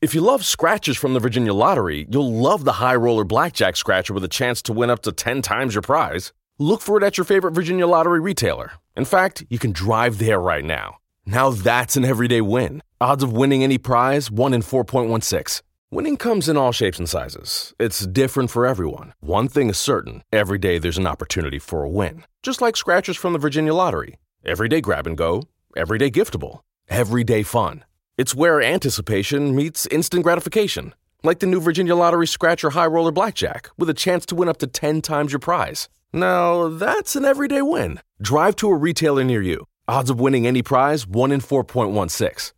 If you love scratchers from the Virginia Lottery, you'll love the High Roller Blackjack Scratcher with a chance to win up to 10 times your prize. Look for it at your favorite Virginia Lottery retailer. In fact, you can drive there right now. Now that's an everyday win. Odds of winning any prize 1 in 4.16. Winning comes in all shapes and sizes. It's different for everyone. One thing is certain every day there's an opportunity for a win. Just like scratchers from the Virginia Lottery. Everyday grab and go, everyday giftable, everyday fun. It's where anticipation meets instant gratification. Like the new Virginia Lottery Scratcher High Roller Blackjack, with a chance to win up to 10 times your prize. Now, that's an everyday win. Drive to a retailer near you. Odds of winning any prize 1 in 4.16.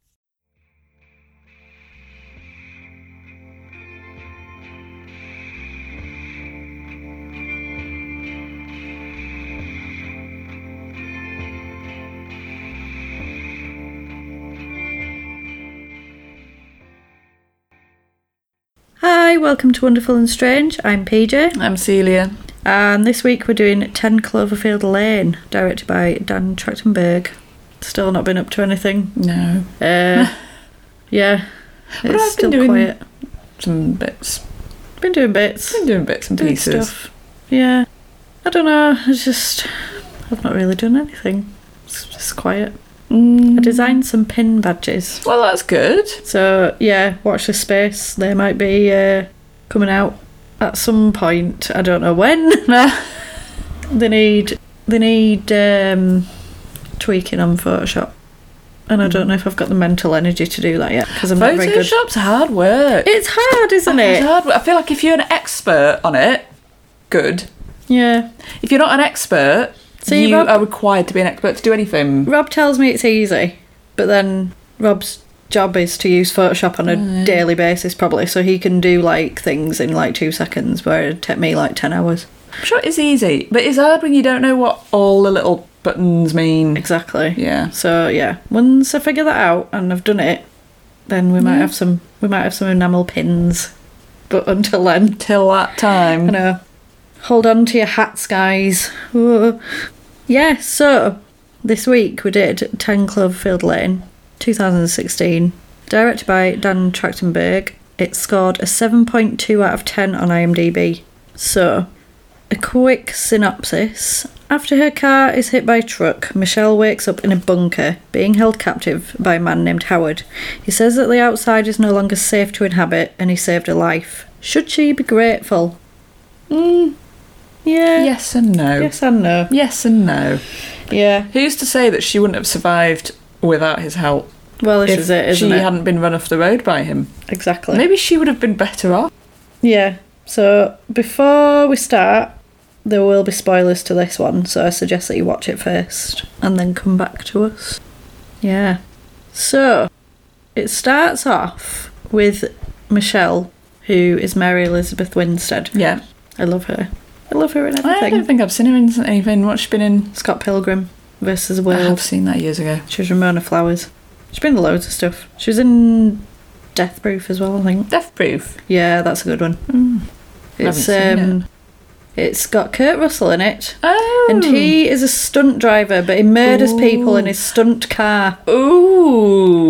Hi, welcome to Wonderful and Strange. I'm PJ, I'm Celia. and this week we're doing 10 Cloverfield Lane, directed by Dan Trachtenberg. Still not been up to anything. No. Uh, yeah, But it's I've been still doing quiet. Some bits. Been doing bits, Been doing bits and doing pieces. stuff. Yeah, I don't know. It's just I've not really done anything. It's just quiet. I designed some pin badges. Mm. Well, that's good. So yeah, watch this space. They might be uh, coming out at some point. I don't know when. They need they need um, tweaking on Photoshop, and I don't know if I've got the mental energy to do that yet because I'm not very good. Photoshop's hard work. It's hard, isn't It's it? hard work. I feel like if you're an expert on it, good. Yeah. If you're not an expert, So you you rub- are required to be an expert to do anything. Rob tells me it's easy, but then Rob's job is to use Photoshop on a daily basis, probably, so he can do like things in like two seconds, where it'd take me like ten hours. I'm sure it's easy, but it's hard when you don't know what all the little buttons mean. Exactly. Yeah. So yeah, once I figure that out and I've done it, then we might have some we might have some enamel pins. But until then, Till that I time. know. Hold on to your hats, guys. Ooh. Yeah, so this week we did 10 Cloverfield Lane, 2016. Directed by Dan Trachtenberg, it scored a 7.2 out of 10 on IMDb. So, a quick synopsis. After her car is hit by a truck, Michelle wakes up in a bunker, being held captive by a man named Howard. He says that the outside is no longer safe to inhabit and he saved her life. Should she be grateful? Mm. Yeah. Yes and no. Yes and no. Yes and no. Yeah. Who's to say that she wouldn't have survived without his help? Well, this if is it, isn't she it? hadn't been run off the road by him. exactly. Maybe she would have been better off. Yeah. So before we start, there will be spoilers to this one, so I suggest that you watch it first and then come back to us. Yeah. So it starts off with Michelle, who is Mary Elizabeth Winstead. Yeah. I love her. I love her in I don't everything. think I've seen her in anything. What's she been in? Scott Pilgrim versus I World. have seen that years ago. She was Ramona Flowers. She's been in loads of stuff. She was in Death Proof as well, I think. Death Proof. Yeah, that's a good one. It's Hmm. Haven't seen um, it's got Kurt Russell in it, Oh. and he is a stunt driver, but he murders people in his stunt car. Oh.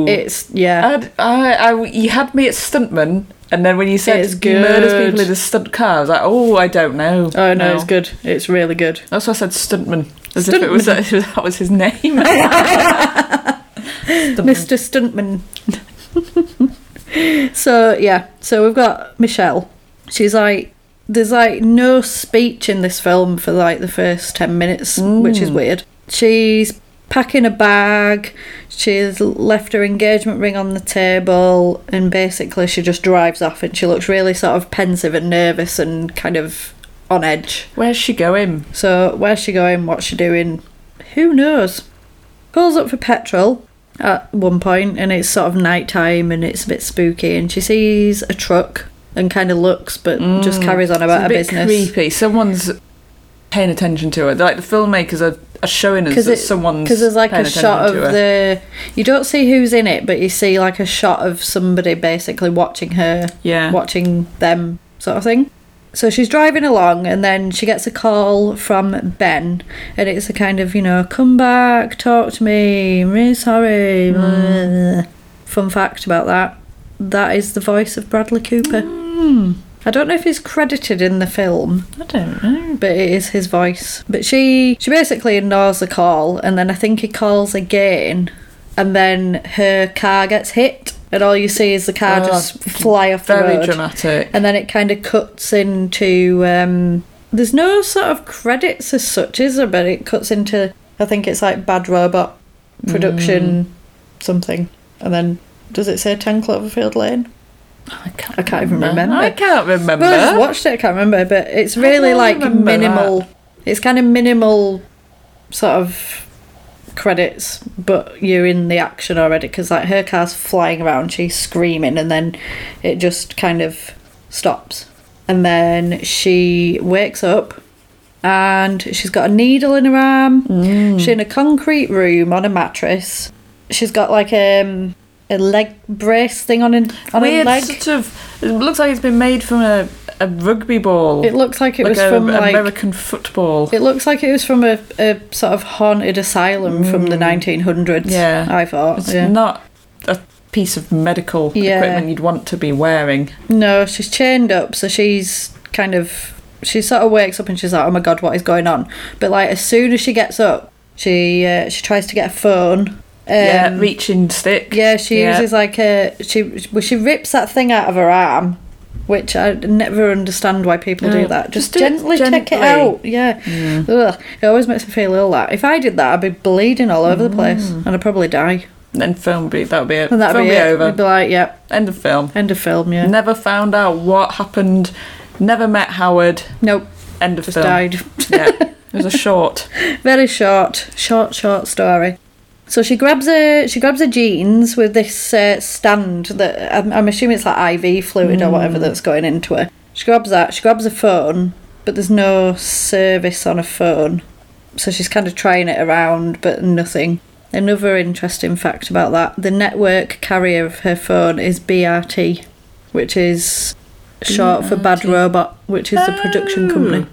Ooh. It's yeah, I'd- I, I- you had me at stuntman, and then when you said It's he murders good. people in a stunt car, I was like, oh, I don't know. oh no, it's good. It's really good. That's why I said stuntman, as if it was that, that was his name. Mr. Stuntman. so yeah, so we've got Michelle. She's like, there's like no speech in this film for like the first ten minutes, which is weird. She's packing a bag. She's left her engagement ring on the table, and basically she just drives off, and she looks really sort of pensive and nervous and kind of on edge. Where's she going? So where's she going? What's she doing? Who knows? Calls up for petrol at one point, and it's sort of night time, and it's a bit spooky. And she sees a truck and kind of looks, but just carries on It's about a her bit business. creepy. Someone's paying attention to her. Like the filmmakers are, are showing us Because that someone's there's like paying a shot of attention to her. the you don't see who's in it, but you see like a shot of somebody basically watching her, Yeah. watching them sort of thing. So she's driving along, and then she gets a call from Ben, and it's a kind of you know, come Hmm. back, talk to me, I'm really sorry. Fun fact about that: that is the voice of Bradley Cooper. Hmm. I don't know if he's credited in the film, I don't know. but it is his voice. But she she basically ignores the call, and then I think he calls again, and then her car gets hit, and all you see is the car Oh, just fly off the road. Very dramatic. And then it kind of cuts into. Um, there's no sort of credits as such, is there? But it cuts into. I think it's like Bad Robot production Mm. something. And then. Does it say 10 Cloverfield Lane? I can't, I can't even remember. I can't remember. Well, I just watched it, I can't remember. But it's really don't like remember minimal. It's kind of minimal sort of credits, but you're in the action already because like her car's flying around, she's screaming, and then it just kind of stops. And then she wakes up and she's got a needle in her arm. Mm. She's in a concrete room on a mattress. She's got like um, a leg brace thing on, an, on her Weird leg. sort of. It looks like it's been made from a, a rugby ball. It looks like it like was a, from like American football. It looks like it was from a, a sort of haunted asylum from the 1900s. Mm. Yeah. I thought. It's Yeah. not a piece of medical Yeah. equipment you'd want to be wearing. no, she's chained up, so she's kind of she sort of wakes up and she's like, "Oh my god, what is going on?" But like as soon as she gets up, she uh, she tries to get a phone. Um, yeah, reaching stick. yeah, she Yeah. uses like a she well, she rips that thing out of her arm, which I never understand why people do No, that. Just, just do gently, it take it gently. out. Yeah, Ugh, it always makes me feel ill. That if I did that, I'd be bleeding all over the place Mm. and I'd probably die. And then film be that would be it. And that'd film be, be, it. over. We'd be like, yep, End of film. end of film. Yeah, Never found out what happened. Never met Howard. nope, End of just film. died. yeah, it was a short. Very short, short, short story. So she grabs her she grabs her jeans with this uh, stand that I'm, I'm assuming it's like IV fluid or Mm. whatever that's going into her. She grabs that. She grabs a phone, but there's no service on a phone, so she's kind of trying it around, but nothing. Another interesting fact about that: the network carrier of her phone is BRT, which is short for Bad Robot, which is the production company.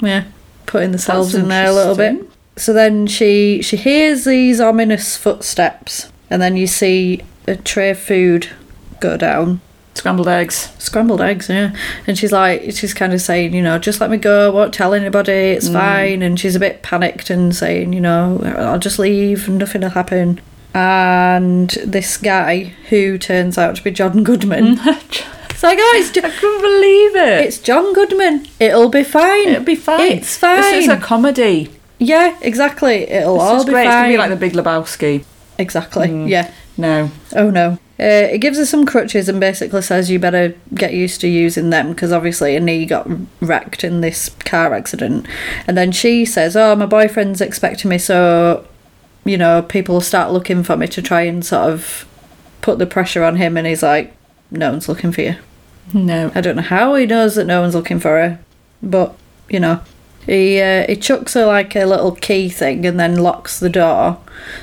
Yeah, putting themselves in there a little bit. interesting. So then she she hears these ominous footsteps, and then you see a tray of food go down, Scrambled eggs. scrambled eggs, yeah. And she's like, she's kind of saying, you know, just let me go, won't tell anybody, it's Mm. fine. And she's a bit panicked and saying, you know, I'll just leave, and nothing will happen. And this guy, who turns out to be John Goodman, I it's like, oh, it's, Jo- couldn't believe it. it's John Goodman. It'll be fine. It'll be fine. It's fine. This is a comedy. yeah, exactly. It'll This all is be great. It's fine. gonna be like the Mm. Big Lebowski. exactly. Yeah. No. Oh no. Uh, it gives her some crutches and basically says you better get used to using them because obviously her knee got wrecked in this car accident. And then she says, Oh, my boyfriend's expecting me, so, you know, people will start looking for me to try and sort of put the pressure on him. And he's like, No one's looking for you. No. I don't know how he knows that no one's looking for her, but you know, he uh, he chucks her like a little key thing and then locks the door.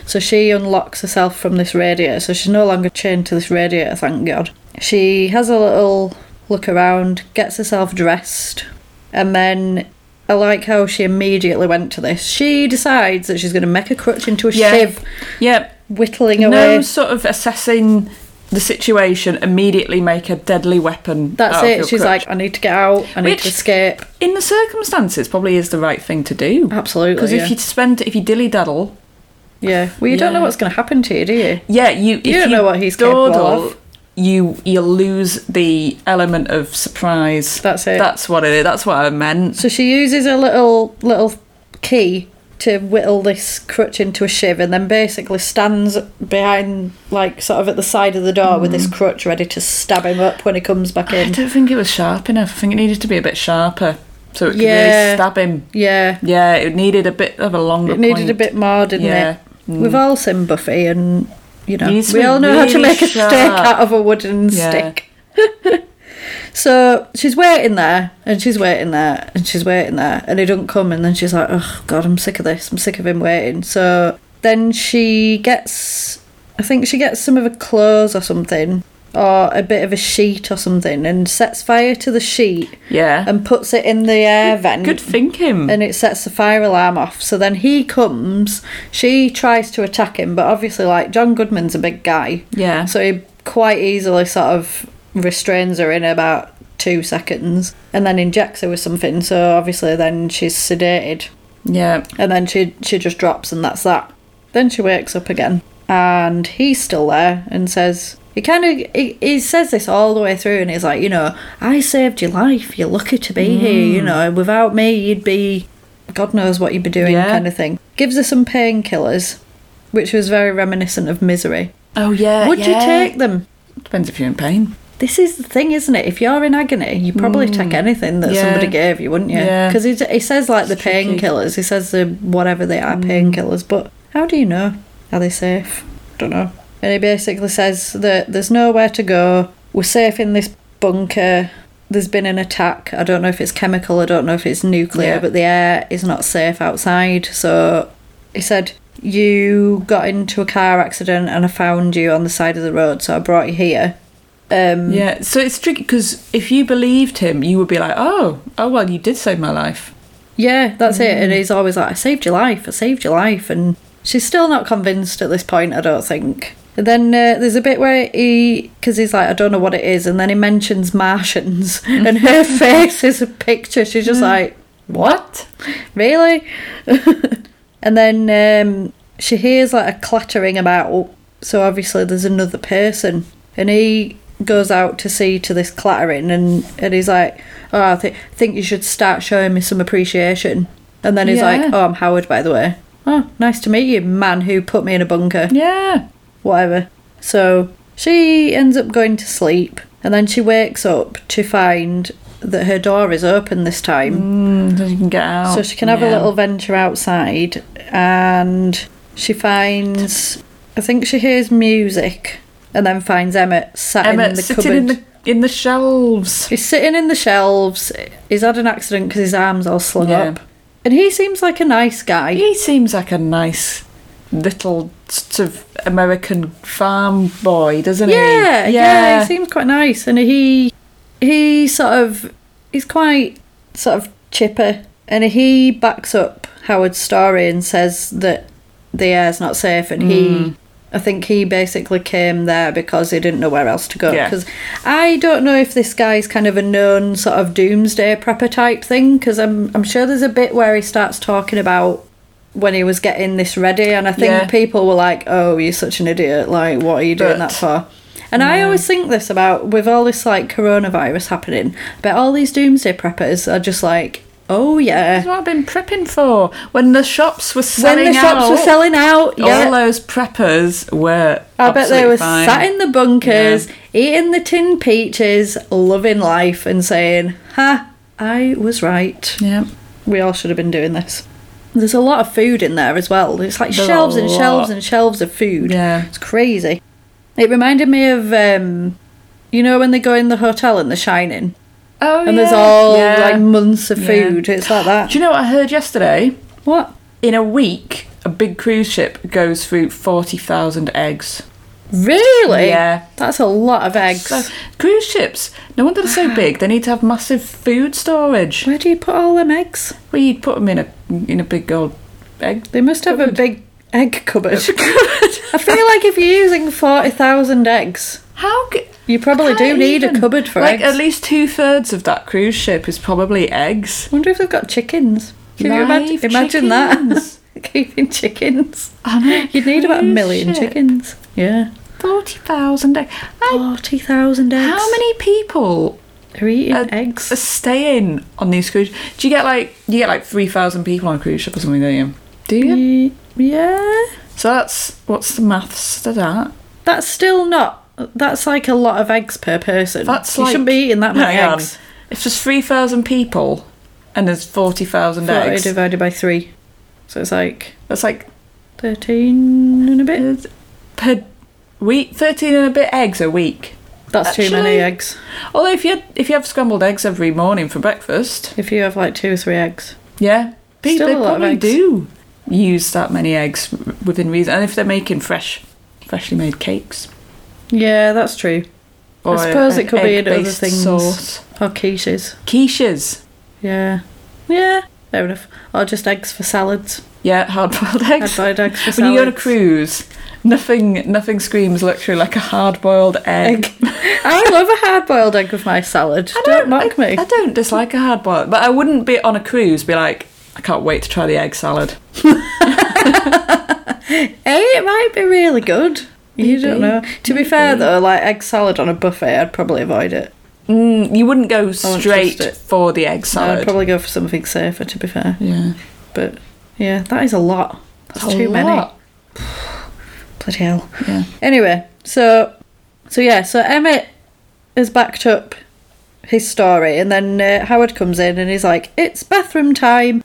So she unlocks herself from this radiator. So she's no longer chained to this radiator, thank God. She has a little look around, gets herself dressed, and then I like how she immediately went to this. She decides that she's going to make a crutch into a Yeah. shiv, Yeah. whittling away. No sort of assessing the situation. Immediately make a deadly weapon. That's out of it. your She's crutch. like, I need to get out. I need Which- to escape. in the circumstances, probably is the right thing to do. Absolutely, Because yeah. if you spend, if you dilly daddle, Yeah. Well, you don't know Yeah. what's going to happen to you, do you? yeah, you if You don't know what he's capable of. You you'll lose the element of surprise. That's it. That's what it. That's what I meant. So she uses a little little key to whittle this crutch into a shiv, and then basically stands behind, like sort of at the side of the door with this crutch, ready to stab him up when he comes back Mm-hmm. I in. don't think it was sharp enough. I think it needed to be a bit sharper, so it could Yeah. really stab him. Yeah, Yeah, it needed a bit of a longer. it needed a point. bit more, didn't Yeah. Mm. it? We've all seen Buffy, and you know You need to we be all know how to really make a sharp. steak out of a wooden Yeah. stick. So she's waiting there and she's waiting there and she's waiting there and he don't come and then she's like, Oh god, I'm sick of this, I'm sick of him waiting. So then she gets I think she gets some of her clothes or something or a bit of a sheet or something and sets fire to the sheet Yeah. and puts it in the air vent Good thinking. and it sets the fire alarm off. So then he comes, she tries to attack him, but obviously like John Goodman's a big guy. yeah. So he quite easily sort of restrains her in about two seconds and then injects her with something. So obviously, then she's sedated Yeah. and then she she just drops and that's that. Then she wakes up again and he's still there and says he kind of he, he says this all the way through and he's like you know I saved your life you're lucky to be Mm. here you know without me you'd be God knows what you'd be doing Yeah. kind of thing. Gives her some painkillers, which was very reminiscent of misery. Oh yeah. Would you yeah. take them? Depends if you're in pain. This is the thing, isn't it? If you're in agony, you probably take anything that Mm. Yeah. somebody gave you, wouldn't you? Yeah. Because he, he says like the It's tricky. Mm. painkillers, he says the whatever they are painkillers, but how do you know? Are they safe? Don't know. And he basically says that there's nowhere to go. We're safe in this bunker. There's been an attack. I don't know if it's chemical. I don't know if it's nuclear, Yeah. but the air is not safe outside. So he said, "You got into a car accident, and I found you on the side of the road. So I brought you here." Um, Yeah. So it's tricky because if you believed him, you would be like, oh, oh well, you did save my life. Yeah, that's it. And he's always like, I saved your life, I saved your life. And she's still not convinced at this point, I don't think. And then uh, there's a bit where he, because he's like, I don't know what it is. And then he mentions Martians, and her face is a picture. She's just like, What? really? and then um, she hears like a clattering about. So obviously there's another person, and he goes out to see to this clattering, and and he's like, "Oh, I th- think you should start showing me some appreciation." And then he's Yeah. like, "Oh, I'm Howard, by the way. Oh, nice to meet you, man who put me in a bunker." Yeah. whatever. So she ends up going to sleep and then she wakes up to find that her door is open this time. Mm, so you can get out. so she can have a Yeah. little venture outside and she finds I think she hears music and then finds Emmett sat in Emma the sitting cupboard. in the in the shelves. He's sitting in the shelves. He's had an accident because his arm's all slung Yeah. up. And he seems like a nice guy. He seems like a nice little sort of American farm boy, doesn't Yeah, he? yeah, he seems quite nice, and he he sort of he's quite sort of chipper, and he backs up Howard's story and says that the air's not safe, and Hmm. he. I think he basically came there because he didn't know where else to go. Yeah. Because I don't know if this guy's kind of a known sort of doomsday prepper type thing. Because I'm I'm sure there's a bit where he starts talking about when he was getting this ready, and I think Yeah. people were like, "Oh, you're such an idiot! Like, what are you doing But- that for?" And I always think this about with all this like coronavirus happening, but all these doomsday preppers are just like, "Oh yeah." That's what I've been prepping for. When the shops were When selling the shops out, were selling out, yeah, all those preppers were. I bet they absolutely were fine. sat in the bunkers, eating the tin peaches, loving life, and saying, "Ha, I was right. Yeah. We all should have been doing this." There's a lot of food in there as well. It's like There's a shelves and shelves lot. and shelves of food. Yeah. It's crazy. It reminded me of, um, you know, when they go in the hotel in The Shining, Oh, and there's all like months of Yeah. food. It's like that. Do you know what I heard yesterday? What? In a week, a big cruise ship goes through forty thousand eggs. Really? Yeah. That's a lot of eggs. So cruise ships, no wonder they're so big. They need to have massive food storage. Where do you put all them eggs? Well, you'd put them in a in a big old egg. They must have a big egg cupboard. I feel like if you're using 40,000 eggs, How? G- you probably how do need even- a cupboard for like eggs. at least two thirds of that cruise ship is probably eggs. wonder if they've got chickens. Can you imagine, Live imagine that? chickens. Keeping chickens. On a You'd need about a cruise million ship. chickens. Yeah. Forty thousand eggs. I- 40,000 eggs. How many people Are eating are, eggs? are staying on these cruise? Do you get like you get like three thousand people on a cruise ship or something? Don't you? Do you? Ye- yeah. So that's what's the maths to that? That's still not. That's like a lot of eggs per person. That's you like shouldn't be eating that many Hang on. eggs. If there's three thousand people and there's forty thousand 40 eggs, divided by three, so it's like that's like thirteen and a bit. uh, per week thirteen and a bit eggs a week. That's too many Actually- eggs. Although if you if you have scrambled eggs every morning for breakfast, If you have like two or three eggs, yeah, pe- Still they a lot of probably eggs. do use that many eggs w- within reason. And if they're making fresh, freshly made cakes, yeah, that's true. or I suppose an it could be in other egg-based things. Sauce. Or quiches. Quiches, Yeah, yeah, fair enough. Or just eggs for salads. yeah, hard boiled I'd eggs. buy eggs for salads. when you go on a cruise Nothing, nothing screams luxury like a hard-boiled egg. Egg. I love a hard boiled egg with my salad. don't, mock I, me. I don't dislike a hard-boiled, but I wouldn't be on a cruise. Be like, I can't wait to try the egg salad. Eh, it might be really good. You don't Maybe. know. To be fair though, like egg salad on a buffet, I'd probably avoid it. Mm, you wouldn't go trust straight it. for the egg I'd salad. probably go for something safer. To be fair, yeah, but yeah, that is a lot. That's A too many. lot. Bloody hell. Yeah. Anyway, so so yeah, so Emmett has backed up his story, and then uh, Howard comes in and he's like, "It's bathroom time."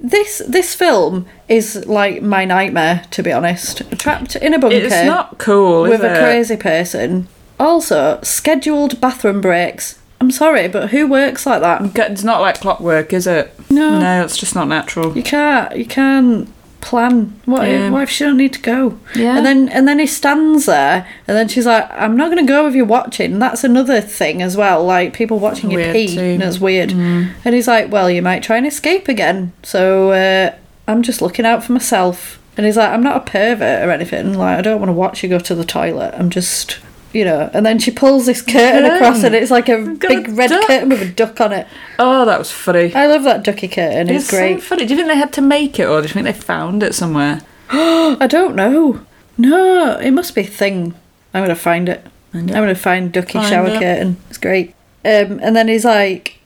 This this film is like my nightmare, to be honest. Trapped in a bunker It's not cool, is with a it? crazy person. Also, scheduled bathroom breaks. I'm sorry, but who works like that? G- It's not like clockwork, is it? No. no, it's just not natural. You can't. You can't plan. What? Yeah. If, what if she don't need to go? Yeah. And then and then he stands there, and then she's like, "I'm not going to go with you watching." That's another thing as well. Like people watching you Weird pee, too. Mm. and it's weird. And he's like, "Well, you might try and escape again." So uh, I'm just looking out for myself. And he's like, "I'm not a pervert or anything. Like I don't want to watch you go to the toilet. I'm just." You know, and then she pulls this curtain Curtain. across, and it's like a got a big red duck. curtain with a duck on it. Oh, that was funny. I love that ducky curtain. It's, It's great. so funny. Do you think they had to make it, or do you think they found it somewhere? I don't know. No, it must be a thing. I'm gonna find it. Find it. I'm gonna find Ducky Find shower it. curtain. It's great. Um, and then he's like,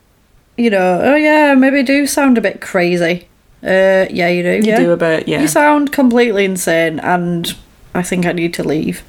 you know, oh yeah, maybe I do sound a bit crazy. Uh, yeah, you do. You yeah. do a bit, yeah. You sound completely insane, and I think I need to leave.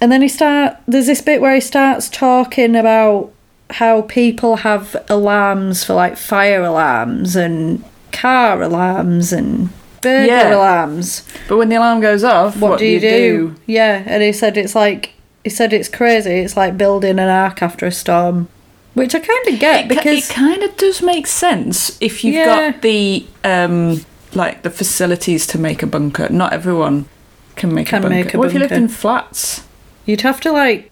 And then he start. There's this bit where he starts talking about how people have alarms for like fire alarms and car alarms and burglar Yeah. alarms But when the alarm goes off, what, do you do? Yeah, and he said it's like he said it's crazy. It's like building an ark after a storm, which I kind of get It, because kind of does make sense if you've Yeah. got the um, like the facilities to make a bunker. Not everyone can make Can a bunker. make a what if you lived bunker. in flats? you'd have to like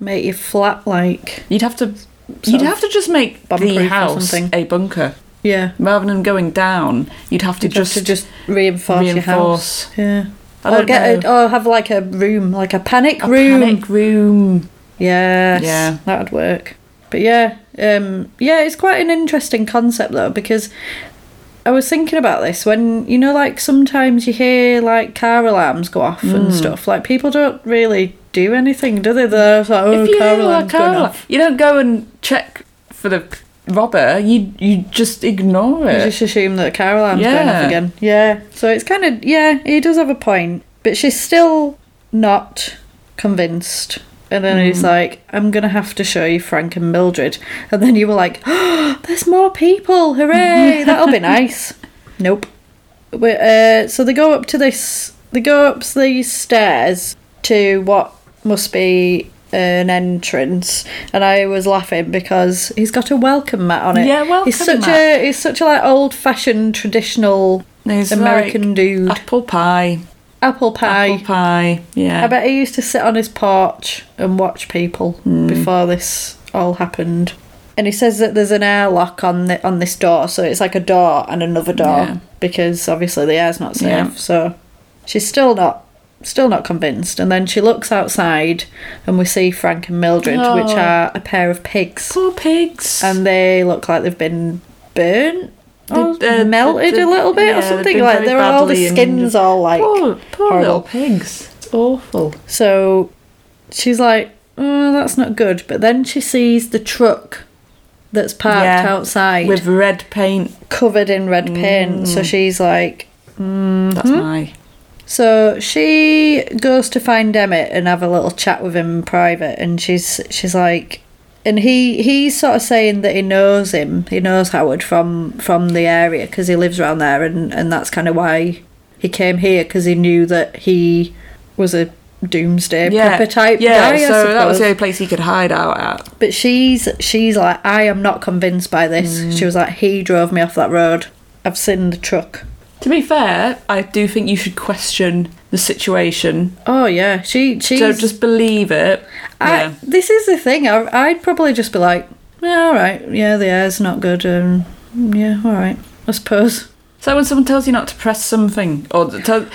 make your flat like You'd have to. Sort You'd of have to just make bomb-proof the or house something. a bunker yeah. rather than going down. You'd have to You'd just have to just reinforce, your reinforce. house. Yeah. I or don't get know. a, or have like a room, like a panic a room. panic room. Yes. Yeah. That'd work. But yeah, um, yeah, it's quite an interesting concept though because I was thinking about this when you know, like sometimes you hear like car alarms go off Mm. and stuff. Like people don't really do anything, do they? They're just like, oh, if you car hear a alarm's car going alarm, off. you don't go and check for the robber. You you just ignore You it. just assume that a car alarm's going off Yeah. again. Yeah. So it's kind of yeah, he does have a point, but she's still not convinced. And then Hmm. he's like, "I'm gonna have to show you Frank and Mildred." And then you were like, oh, "There's more people! Hooray! That'll be nice." Nope. But, uh, so they go up to this. They go up these stairs to what must be an entrance, and I was laughing because he's got a welcome mat on it. Yeah, welcome He's such mat. a he's such a like old fashioned traditional There's American like dude. Apple pie. apple pie. Apple pie. Yeah. I bet he used to sit on his porch and watch people Hmm. before this all happened. And he says that there's an airlock on the, on this door, so it's like a door and another door Yeah. because obviously the air's not safe. Yeah. So she's still not still not convinced. And then she looks outside, and we see Frank and Mildred, which Oh. are a pair of pigs, Poor pigs. and they look like they've been burnt. Or They- uh, melted they- a little bit yeah, or they've something been like very they're all the badly and- skins all like poor poor horrible. little pigs. It's awful. So she's like, oh, that's not good. But then she sees the truck that's parked Yeah. outside With Mm. red paint. covered in red paint. So she's like, That's Mm-hmm. my. so she goes to find Emmett and have a little chat with him in private. And she's she's like, and he he's sort of saying that he knows him. He knows Howard from from the area because he lives around there, and and that's kind of why he came here because he knew that he was a doomsday prepper type yeah. guy. I so that was suppose. the only place he could hide out at. But she's she's like, I am not convinced by this. Mm. She was like, he drove me off that road. I've seen the truck. To be fair, I do think you should question the situation. Oh yeah, she she. Don't just believe it. yeah. This is the thing. I, I'd probably just be like, yeah, all right, yeah, the air's not good. Um, yeah, all right, I suppose. So when someone tells you not to press something, or th- tell,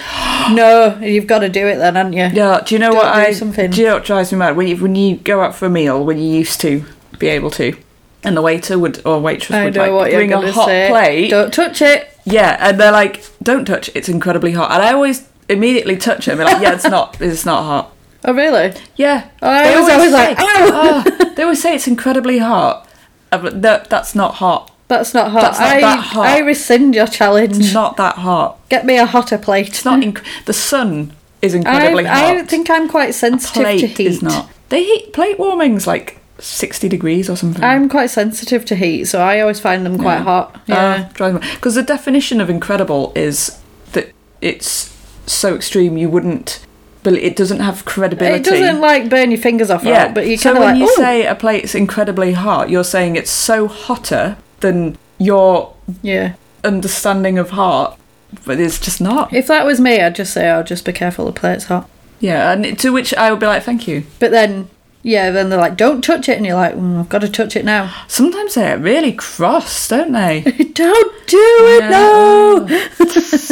No, you've got to do it then, haven't you? yeah, do you know Don't what do I? something. Do you know what drives me mad? When you, when you go out for a meal, when you used to be able to, and the waiter would or waitress I would know like what you're bring going a to hot say. plate, Don't touch it. yeah, and they're like, "Don't touch, it's incredibly hot," and I always immediately touch it and be like, "Yeah, it's not, it's not hot." Oh, really? Yeah, I They was always say- like, "Ow!" "Oh," they always say it's incredibly hot. I'm like, "No, that's not hot. That's not hot. That's not I, that hot. I rescind your challenge. It's not that hot. Get me a hotter plate. It's not. Inc- the sun is I, incredibly hot. I think I'm quite sensitive plate to heat. is not. They heat plate warmings like sixty degrees or something. Uh, I'm quite sensitive to heat, so I always find them quite hot. Ah, Yeah. Because the definition of incredible is that it's so extreme you wouldn't. But it doesn't have credibility. it doesn't like burn your fingers off, Yeah, right? but you so kind of like, when you "Ooh." say a plate's incredibly hot, you're saying it's so hotter than your yeah. understanding of hot, but it's just not. If that was me, I'd just say, "Oh, just be careful, the plate's hot." Yeah, and it- to which I would be like, thank you. But then, yeah, then they're like, "Don't touch it," and you're like, mm, "I've got to touch it now." Sometimes they're really cross, don't they? Don't do it, Yeah.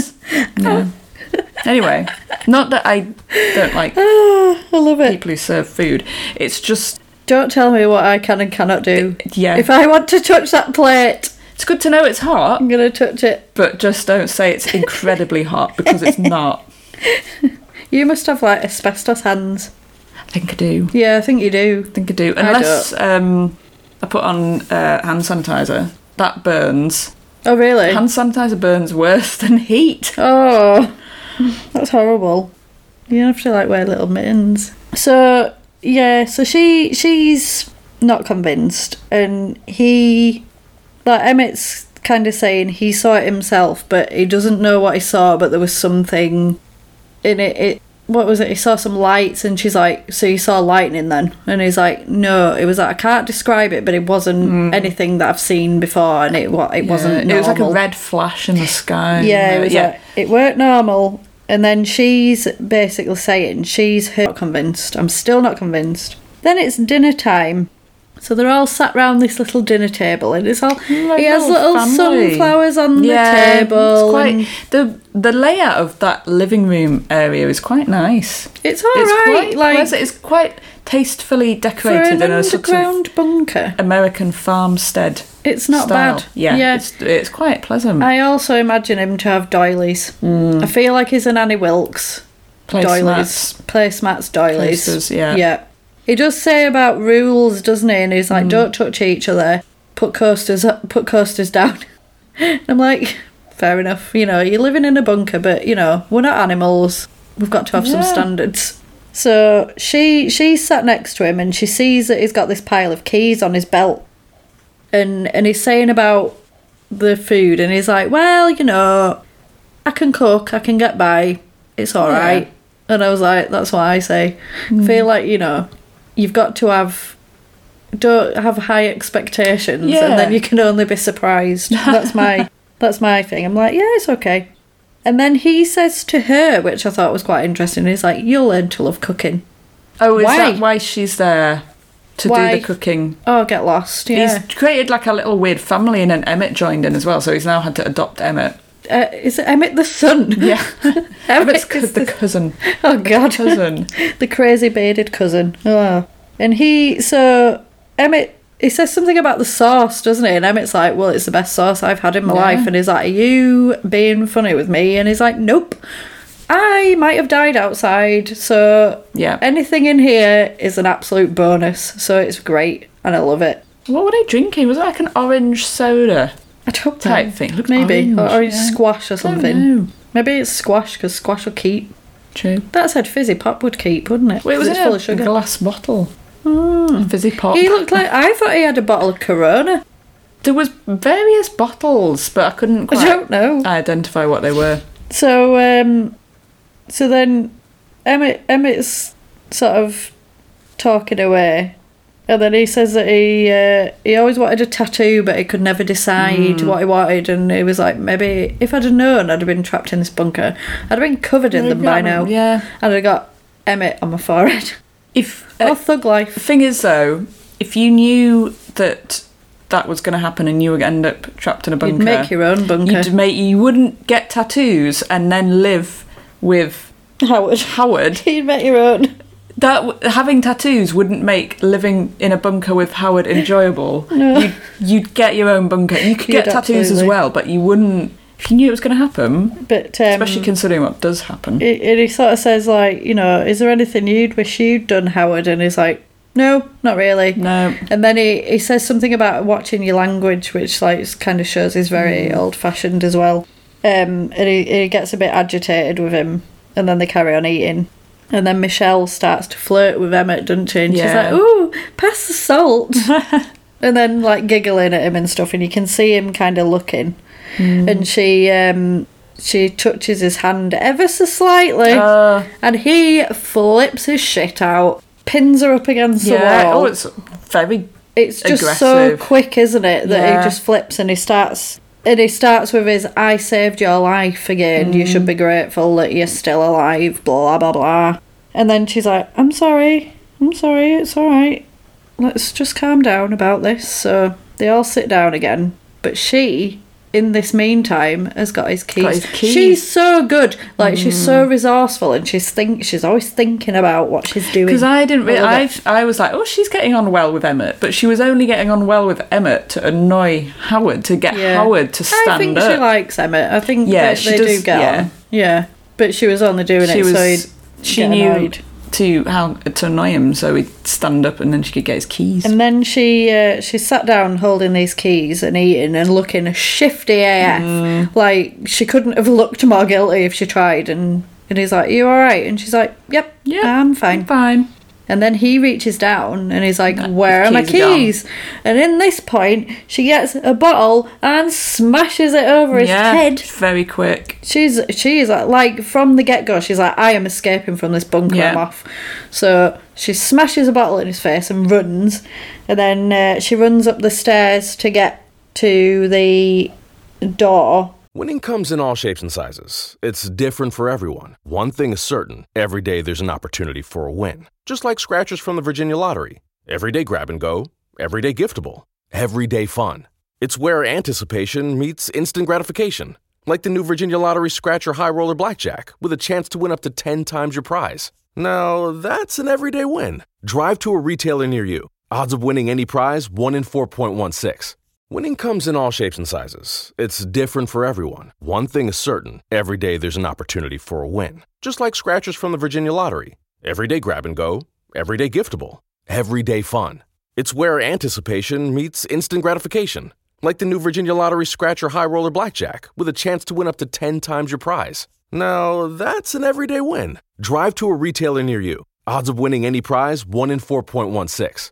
no. anyway, not that I don't like I love it. people who serve food. It's just Don't tell me what I can and cannot do. yeah. If I want to touch that plate, it's good to know it's hot, I'm gonna touch it. but just don't say it's incredibly hot because it's not. You must have like asbestos hands. I think I do. Yeah, I think you do. I think I do. I Unless I, um, I put on uh, hand sanitizer, that burns. Oh really? Hand sanitizer burns worse than heat. Oh, that's horrible. You have to like wear little mittens. So yeah, so she she's not convinced, and he like Emmett's kind of saying he saw it himself, but he doesn't know what he saw. But there was something in it. It what was it? He saw some lights, and she's like, "So you saw lightning then?" And he's like, "No, it was like I can't describe it, but it wasn't anything that I've seen before, and it what it wasn't." Hmm. Normal. Yeah, It was like a red flash in the sky. Yeah, it was yeah. like, it weren't normal. And then she's basically saying she's her not convinced. I'm still not convinced. Then it's dinner time. So they're all sat round this little dinner table and it's all Mm, Like he has little family. sunflowers on the table. It's quite and the the layout of that living room area is quite nice. it's all it's right, quite like pleasant. it's quite tastefully for an decorated in a sort of underground bunker. American farmstead. It's not style. bad. Yeah, Yeah. It's, it's quite pleasant. I also imagine him to have doilies. Hmm. I feel like he's an Annie Wilkes. doilies, Placemats. placemats, doilies. Places, yeah. He does say about rules, doesn't he? And he's Mm. like, "Don't touch each other. Put coasters up. Put coasters down." And I'm like, "Fair enough. You know, you're living in a bunker, but you know, we're not animals. We've got to have some Yeah. standards." So she she sat next to him and she sees that he's got this pile of keys on his belt and and he's saying about the food and he's like well you know i can cook i can get by it's all Yeah. Hmm. right." and i was like that's what i say feel like you know you've got to have don't have high expectations Yeah. and then you can only be surprised that's my that's my thing i'm like yeah it's okay and then he says to her which i thought was quite interesting he's like you'll learn to love cooking Oh, is Why? that why she's there to Why? do the cooking? oh get lost yeah He's created like a little weird family, and then Emmett joined in as well. So he's now had to adopt Emmett. uh, is it emmett the son Yeah, Emmett Emmett's is the, the cousin. oh god Cousin. the crazy bearded cousin. Oh. And he, so Emmett, he says something about the sauce, doesn't he? And Emmett's like, well, it's the best sauce I've had in my Yeah. life. And he's like, are you being funny with me? And he's like, nope. I might have died outside, so Yeah. anything in here is an absolute bonus. So it's great, and I love it. What were they drinking? Was it like an orange soda? I don't Type know. thing. Look maybe orange, or orange yeah. squash or know. something. Maybe it's squash because squash will keep. True. That said, fizzy pop would keep, wouldn't it? Wait, 'Cause was it it's a full of sugar. Hmm. glass bottle? Fizzy pop. He looked like I thought he had a bottle of Corona. There was various bottles, but I couldn't I quite don't know. identify what they were. So um, so then Emmett Emmett's sort of talking away, and then he says that he uh, he always wanted a tattoo, but he could never decide what he wanted, and he was like, maybe if I'd have known, I'd have been trapped in this bunker. I'd have been covered in them by now. Yeah. I'd have got Emmett on my forehead. If Oh, uh, thug the life. thing is though, if you knew that that was going to happen and you would end up trapped in a bunker, You'd make your own bunker. You'd make, you wouldn't get tattoos and then live with Howard. Howard. You'd make your own. That w- having tattoos wouldn't make living in a bunker with Howard enjoyable. You'd, you'd get your own bunker. You could get You'd tattoos as absolutely. well, but you wouldn't if you knew it was going to happen. But um, Especially considering what does happen. it, and he sort of says like, you know, is there anything you'd wish you'd done, Howard? And he's like, no, not really. No. And then he, he says something about watching your language, which like kind of shows he's very Mm. old fashioned as well. Um, and he, he gets a bit agitated with him, and then they carry on eating. And then Michelle starts to flirt with Emmett, doesn't she? And she's Yeah. like, "Ooh, pass the salt," and then like giggling at him and stuff. And you can see him kind of looking. Mm. And she um, she touches his hand ever so slightly, Uh. and he flips his shit out, pins her up against the yeah. wall Oh, it's very. it's just so aggressive. quick, isn't it? That Yeah. he just flips and he starts and he starts with his "I saved your life again. You should be Mm. grateful that you're still alive." Blah blah blah. And then she's like, "I'm sorry. I'm sorry. It's all right. Let's just calm down about this." So they all sit down again, but she. In this meantime, has got his keys. his keys. Mm. She's so good, like she's so resourceful, and she's think she's always thinking about what she's doing. Because I didn't. Re- love I I was like, oh, she's getting on well with Emmett, but she was only getting on well with Emmett to annoy Howard to get Yeah. Howard to stand I think up. she likes Emmett. I think Yeah, that she they does- do get yeah. on. Yeah, but she was only doing she it so he'd was. She get knew annoyed. to how to annoy him, so he'd stand up and then she could get his keys. And then she uh, she sat down holding these keys and eating and looking shifty AF. Mm. Like she couldn't have looked more guilty if she tried. And and he's like, "You all right?" And she's like, "Yep, I'm fine." Fine. And then he reaches down and he's like, Where his are my keys are gone." keys? And in this point, she gets a bottle and smashes it over his yeah. head. Very quick. She's she is like, like from the get go. She's like, I am escaping from this bunker. I'm Yeah. off. So she smashes a bottle in his face and runs, and then uh, she runs up the stairs to get to the door. Winning comes in all shapes and sizes. It's different for everyone. One thing is certain every day there's an opportunity for a win. Just like scratchers from the Virginia Lottery. Everyday grab and go, everyday giftable, everyday fun. It's where anticipation meets instant gratification. Like the new Virginia Lottery Scratcher High Roller Blackjack, with a chance to win up to 10 times your prize. Now, that's an everyday win. Drive to a retailer near you. Odds of winning any prize 1 in 4.16. Winning comes in all shapes and sizes. It's different for everyone. One thing is certain every day there's an opportunity for a win. Just like scratchers from the Virginia Lottery. Everyday grab and go, everyday giftable, everyday fun. It's where anticipation meets instant gratification. Like the new Virginia Lottery Scratcher High Roller Blackjack, with a chance to win up to 10 times your prize. Now, that's an everyday win. Drive to a retailer near you. Odds of winning any prize 1 in 4.16.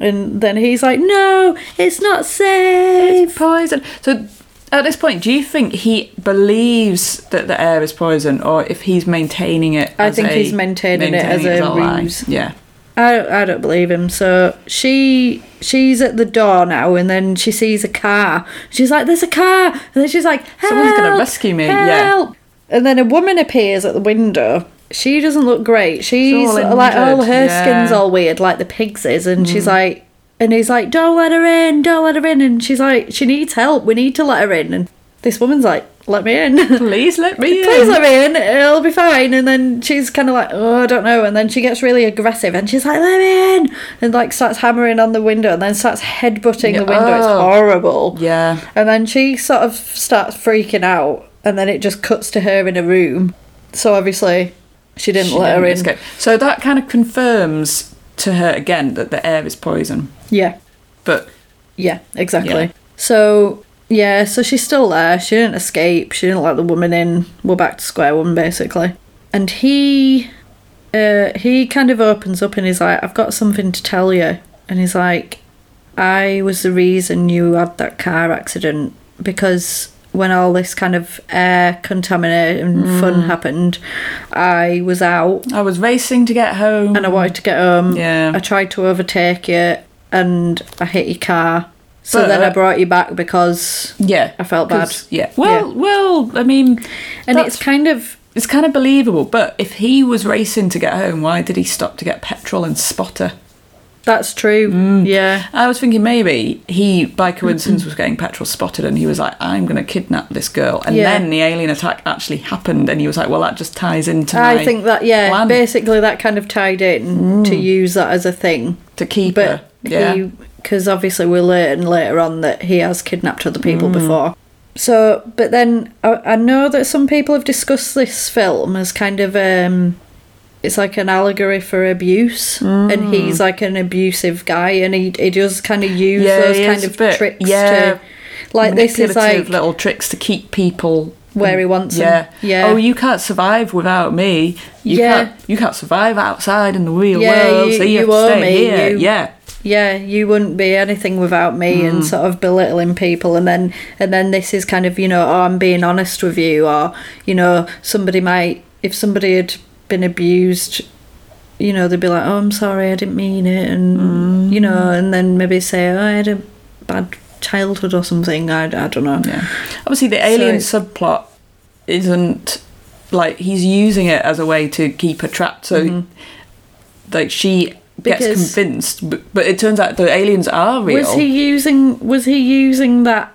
And then he's like, No, it's not safe. Poison. So at this point, do you think he believes that the air is poison, or if he's maintaining it? I as think a- he's maintaining it as a lie? ruse. Yeah. I don't, I don't believe him. So she she's at the door now, and then she sees a car. She's like, "There's a car!" And then she's like, help, Someone's gonna rescue me, yeah. help." And then a woman appears at the window. She doesn't look great. She's all like, all injured, her yeah. Mm. skin's all weird, like the pig's is, and she's like, and he's like, "Don't let her in! Don't let her in!" And she's like, "She needs help. We need to let her in." And this woman's like, "Let me in." Please let me in. please let me in, it'll be fine. And then she's kind of like, oh, I don't know. And then she gets really aggressive and she's like, let me in. And like starts hammering on the window and then starts headbutting the window. It's Oh. horrible. Yeah. And then she sort of starts freaking out and then it just cuts to her in a room. So obviously she didn't She let her didn't in. escape. So that kind of confirms to her again that the air is poison. Yeah. But Yeah, exactly. Yeah. So yeah, so she's still there. She didn't escape. She didn't let the woman in. We're back to square one basically. And he, uh, he kind of opens up and he's like, "I've got something to tell you." And he's like, "I was the reason you had that car accident because." When all this kind of air contamination and fun happened, I was out I was racing to get home. and I wanted to get home. Yeah. I tried to overtake you and I hit your car. So But- uh, then I brought you back because yeah, I felt bad. 'cause- Yeah. Well, Yeah. well, I mean, and that's- it's kind of it's kind of believable. But if he was racing to get home, why did he stop to get petrol and spotter? That's true. Mm. Yeah. I was thinking maybe he, by coincidence, was getting petrol spotted and he was like, I'm going to kidnap this girl. And Yeah. then the alien attack actually happened and he was like, well, that just ties into my I think that yeah, plan Mm. basically that kind of tied in to use that as a thing. to keep But her. Yeah. he, because obviously we learn later on that he has kidnapped other people Mm. before. So, but then I, I know that some people have discussed this film as kind of um, it's like an allegory for abuse, Mm. and he's like an abusive guy, and he he does kind of use Yeah, those he kind is a of bit- tricks yeah, to, like this is Manipulative like little tricks to keep people where he wants Yeah. them. Yeah. Oh, you can't survive without me. You Yeah. can't you can't survive outside in the real Yeah, world, you- so you, you have to owe stay me, here. you- Yeah. yeah, you wouldn't be anything without me Hmm. and sort of belittling people and then and then this is kind of, you know, oh, I'm being honest with you or, you know, somebody might if somebody had been abused, you know, they'd be like, Oh, I'm sorry, I didn't mean it and you Hmm. know, and then maybe say, Oh, I had a bad childhood or something. I, I don't know. Yeah. Obviously, the alien it's- subplot isn't like he's using it as a way to keep her trapped. So, like, she gets Mm-hmm. Because- convinced, but, but it turns out the aliens are real. Was he using was he using that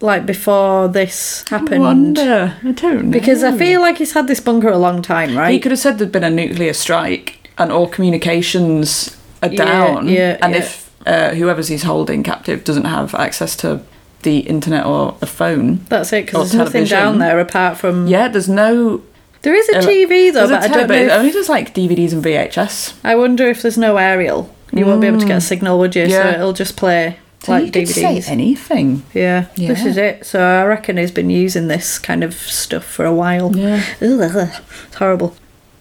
like before this I happened? wonder. I don't know. Because I feel like he's had this bunker a long time, right? he could have said there'd been a nuclear strike and all communications are Yeah, down. yeah, and yeah. if uh, whoever's he's holding captive doesn't have access to the internet or a phone. That's it, Or because there's nothing television. down there apart from. Yeah, there's no There is a ele- TV though, there's a um, but I don't tele- know. it If, only does like DVDs and VHS. I wonder if there's no aerial. You won't be able to get a signal, would you? So Mm. Yeah. it'll just play So like you could say DVDs. anything. Yeah, this Yeah. is it. So I reckon he's been using this kind of stuff for a while. Yeah. Ugh, it's horrible.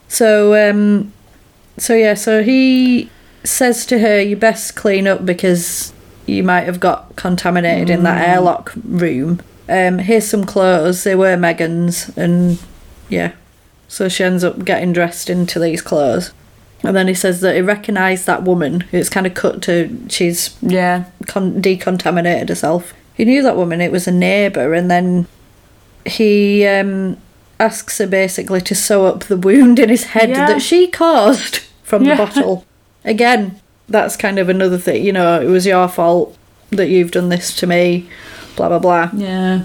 So, um, so yeah, so he says to her, "You best clean up because you might have got contaminated in Mm. that airlock room." Um, here's some clothes. They were Megan's, and yeah, so she ends up getting dressed into these clothes. And then he says that he recognised that woman. It's kind of cut to she's Yeah. con- decontaminated herself. He knew that woman, it was a neighbour, and then he um, asks her basically to sew up the wound in his head Yeah. that she caused from Yeah. the bottle. Again, that's kind of another thing, you know, it was your fault that you've done this to me, blah, blah, blah. Yeah.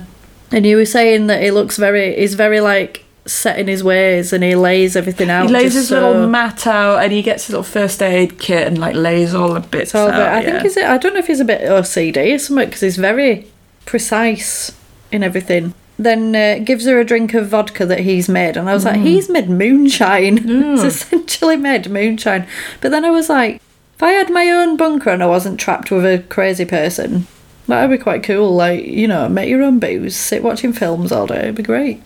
And he was saying that he looks very, he's very like set in his ways and he lays everything out. He lays just his so- little mat out and he gets his little first aid kit and like lays all the bits It's all out. about- I yeah. think he's. I don't know if he's a bit OCD or something because he's very precise in everything. Then uh, gives her a drink of vodka that he's made, and I was like, he's made moonshine. it's essentially made moonshine. But then I was like, if I had my own bunker and I wasn't trapped with a crazy person, that would be quite cool. Like you know, make your own booze, sit watching films all day. It'd be great.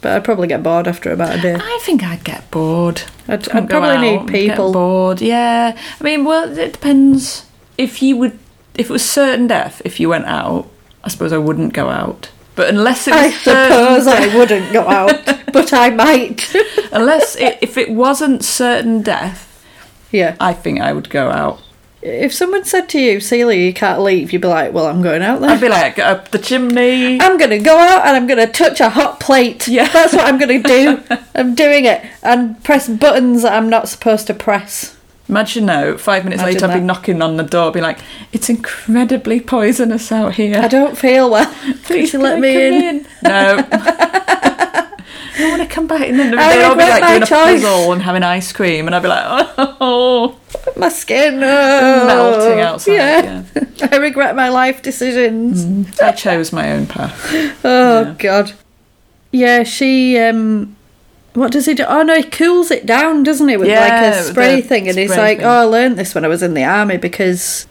But I'd probably get bored after about a day. I think I'd get bored. I'd- Couldn't I'd go probably out, need get people. bored, yeah. I mean, well, it depends. If you would, if it was certain death, if you went out, I suppose I wouldn't go out. But unless it was I suppose certain, I wouldn't go out, but I might. unless it, if it wasn't certain death, yeah. I think I would go out. If someone said to you, Celia, you can't leave, you'd be like, well, I'm going out I'd there. be like "Get up the chimney. I'm going to go out and I'm going to touch a hot plate. Yeah. That's what I'm going to do. I'm doing it. And press buttons that I'm not supposed to press. Imagine though, five minutes Imagine later, I'd be that. knocking on the door, be like, "It's incredibly poisonous out here. I don't feel well. Please can let I me come in. No. I want to come back in and I they'll all be regret like doing my a choice. puzzle and having ice cream, and I'd be like, oh, My skin. oh. melting outside. Yeah. I regret my life decisions. I chose my own path. Oh, God. Yeah, she. um what does he do? Oh no, he cools it down, doesn't he? With Yeah, like a with spray the thing, and he's spray like, thing. "Oh, I learned this when I was in the army because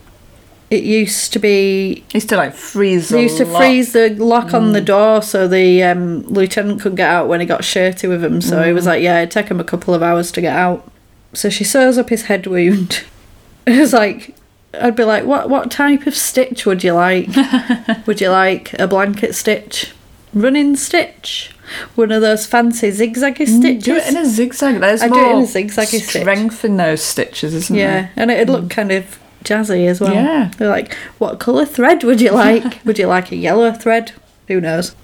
it used to be He used to like freeze. They a used to lot. Mm. freeze the lock on the door so the um, lieutenant couldn't get out when he got shirty with him. So he Mm. was like, yeah, it'd take him a couple of hours to get out. So she sews up his head wound. it was like, I'd be like, what what type of stitch would you like? would you like a blanket stitch? Running stitch? One of those fancy zigzaggy stitches? Mm, Do it in a zigzag. There's I do more it in a zigzaggy stitch. strength in those stitches, isn't Yeah, and it'd look kind of jazzy as well. Mm. Yeah. They're like, what colour thread would you like? would you like a yellow thread? Who knows?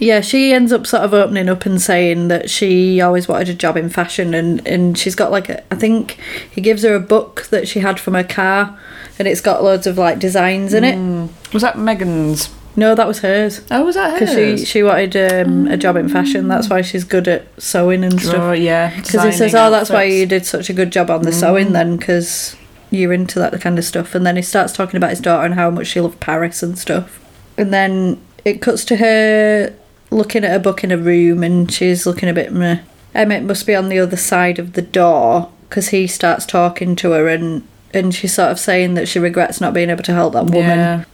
Yeah, she ends up sort of opening up and saying that she always wanted a job in fashion, and and she's got like a, I think he gives her a book that she had from her car, and it's got loads of like designs in it. Mm. Was that Megan's? No, that was hers. Oh, was that Because hers? she, she wanted um, a job in fashion. That's why she's good at sewing and oh, stuff. yeah. Because he says, designing "Oh, that's why outfits. Mm. you did such a good job on the sewing then, because you're into that kind of stuff." And then he starts talking about his daughter and how much she loved Paris and stuff. And then it cuts to her looking at a book in a room, and she's looking a bit meh. Emmett must be on the other side of the door because he starts talking to her, and and she's sort of saying that she regrets not being able to help that woman Yeah.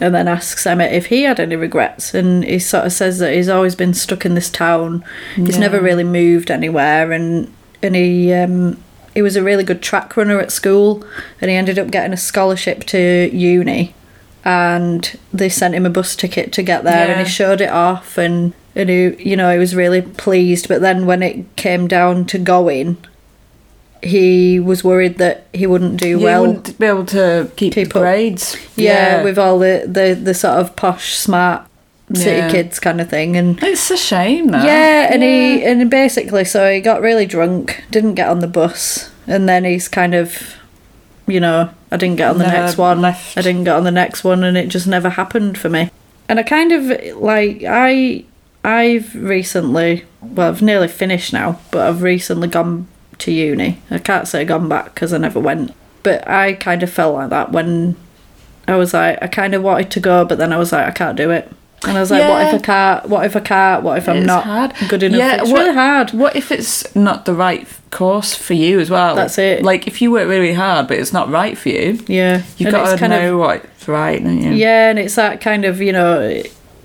and then asks Emmett if he had any regrets. And he sort of says that he's always been stuck in this town. He's Yeah. never really moved anywhere. And and he um, he was a really good track runner at school, and he ended up getting a scholarship to uni. And they sent him a bus ticket to get there, and Yeah. he showed it off, and and he you know he was really pleased. But then when it came down to going. He was worried that he wouldn't do You well wouldn't be able to keep, keep the up. grades. yeah, with all the, the the sort of posh smart city Yeah. kids kind of thing and It's a shame, though. yeah and he and basically so he got really drunk didn't get on the bus and then he's kind of you know i didn't get on the Never next one left. i didn't get on the next one and it just never happened for me and i kind of like i i've recently well i've nearly finished now but i've recently gone to uni i can't say gone back because i never went but i kind of felt like that when I was like, I kind of wanted to go, but then I was like, I can't do it. And I was like, what if I Yeah. can't? What if I can't? What if I'm It's not hard. good enough? it's what- really hard. What if it's not the right course for you as well? That's it. Like if you work really hard, but it's not right for you, Yeah, you And gotta it's kind of- know what's right, don't you? Yeah, and it's that kind of, you know,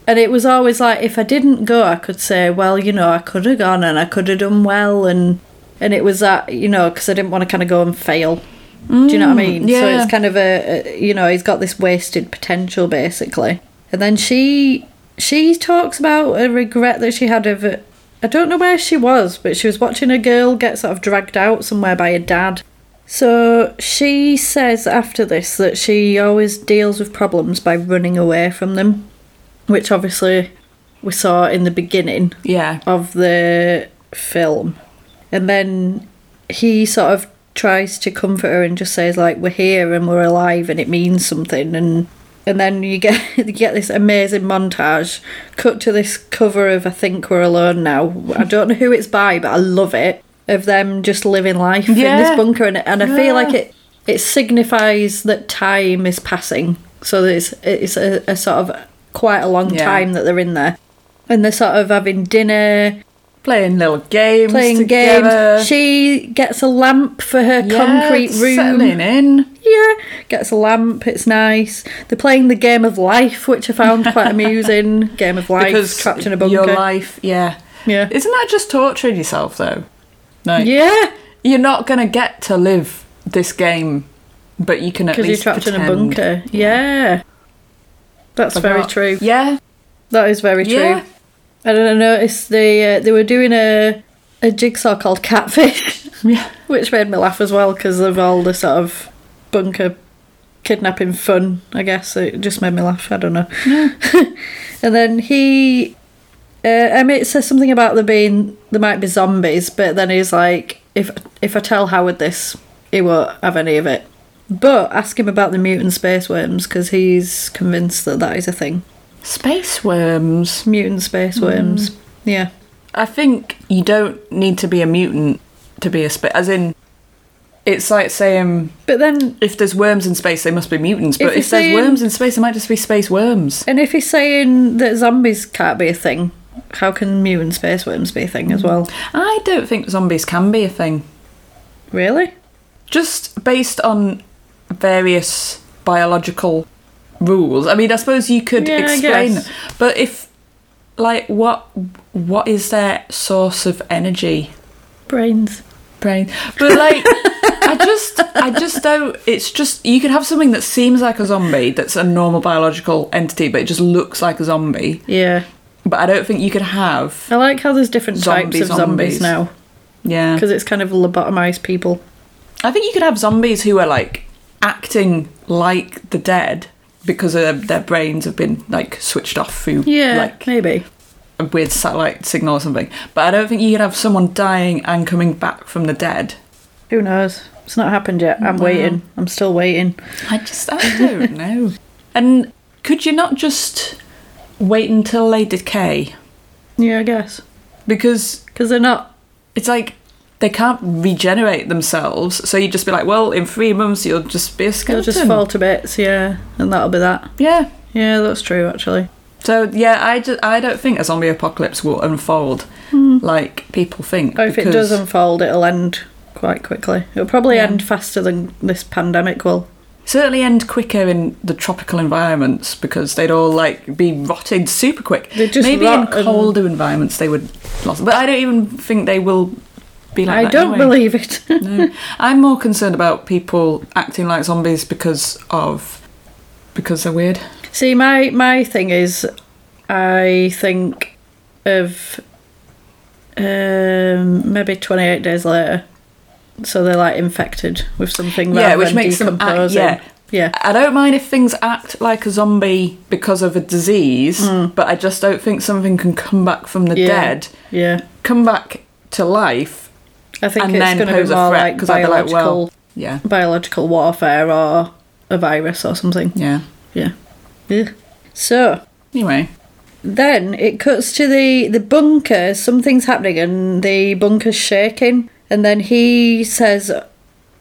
and it was always like if I didn't go, I could say, well, you know, I could have gone and I could have done well, and and it was that, you know, because I didn't want to kind of go and fail. Do you know what I mean? So yeah. it's kind of a, a, you know, he's got this wasted potential basically, and then she she talks about a regret that she had of. uh, I don't know where she was, but she was watching a girl get sort of dragged out somewhere by her dad. So she says after this that she always deals with problems by running away from them, which obviously we saw in the beginning Yeah. of the film. And then he sort of tries to comfort her and just says like we're here and we're alive and it means something and and then you get you get this amazing montage cut to this cover of I think we're alone now. I don't know who it's by but I love it of them just living life in Yeah. this bunker and and I Yeah. feel like it it signifies that time is passing. So that it's it's a, a sort of quite a long Yeah. time that they're in there. And they're sort of having dinner, Playing little games. playing together. games. She gets a lamp for her Yeah, concrete room. Settling in. Yeah, gets a lamp. It's nice. They're playing the game of life, which I found quite amusing. Game of life, because trapped in a bunker. Your life, yeah. Yeah. Isn't that just torturing yourself though? No. yeah, You're not gonna get to live this game, but you can at because least you're trapped in a pretend. bunker. Yeah, that's very Forgot. true. Yeah. That is very true. Yeah. And then I noticed they uh, they were doing a a jigsaw called Catfish, Yeah. which made me laugh as well because of all the sort of bunker kidnapping fun. I guess it just made me laugh. I don't know. and then he uh, Emmett says something about there being there might be zombies, but then he's like, if if I tell Howard this, he won't have any of it. But ask him about the mutant space worms because he's convinced that that is a thing. Space worms. Mutant space worms. Yeah. I think you don't need to be a mutant to be a space. As in, it's like saying But then, if there's worms in space, they must be mutants. But If if, you're there's saying- worms in space, they might just be space worms. and if he's saying that zombies can't be a thing, how can mutant space worms be a thing as well? I don't think zombies can be a thing. Really? Just based on various biological rules. I mean, I suppose you could Yeah, I explain, guess. but if like what what is their source of energy? Brains. brain. But like, I just, I just don't. It's just you could have something that seems like a zombie, that's a normal biological entity, but it just looks like a zombie. Yeah. But I don't think you could have. I like how there's different Zombie types of zombies, zombies. now Yeah, because it's kind of lobotomized people. I think you could have zombies who are like acting like the dead because of their brains have been like switched off through Yeah, like maybe. a weird satellite signal or something. But I don't think you could have someone dying and coming back from the dead. Who knows? It's not happened yet. I'm waiting. I'm still waiting. I just I don't know. And could you not just wait until they decay? Yeah, I guess. Because Because they're not. it's like they can't regenerate themselves, so you'd just be like, well, in three months you'll just be a They'll skeleton. just fall to bits, yeah. And that'll be that. Yeah. Yeah, that's true, actually. So yeah, I, ju- I don't think a zombie apocalypse will unfold like people think. Hmm. Or if it because- does unfold, it'll end quite quickly. It'll probably end faster than this pandemic will. certainly end quicker in the tropical environments because they'd all like be rotted super quick. They'd just Maybe rot in and- colder environments they would last, but I don't even think they will be like I that don't anyway. believe it. No. I'm more concerned about people acting like zombies because of because they're weird. See, my my thing is, I think of um, maybe twenty eight days later, so they're like infected with something. Yeah, rather which than makes them act- decomposing. yeah. yeah. I don't mind if things act like a zombie because of a disease, but I just don't think something can come back from the Hmm. Yeah. dead, yeah. come back to life, I think and it's then going to pose be a more threat. like Because I'd be like, biological well, yeah, biological warfare or a virus or something. yeah. Yeah. yeah. So Anyway, then it cuts to the the bunker something's happening and the bunker's shaking and then he says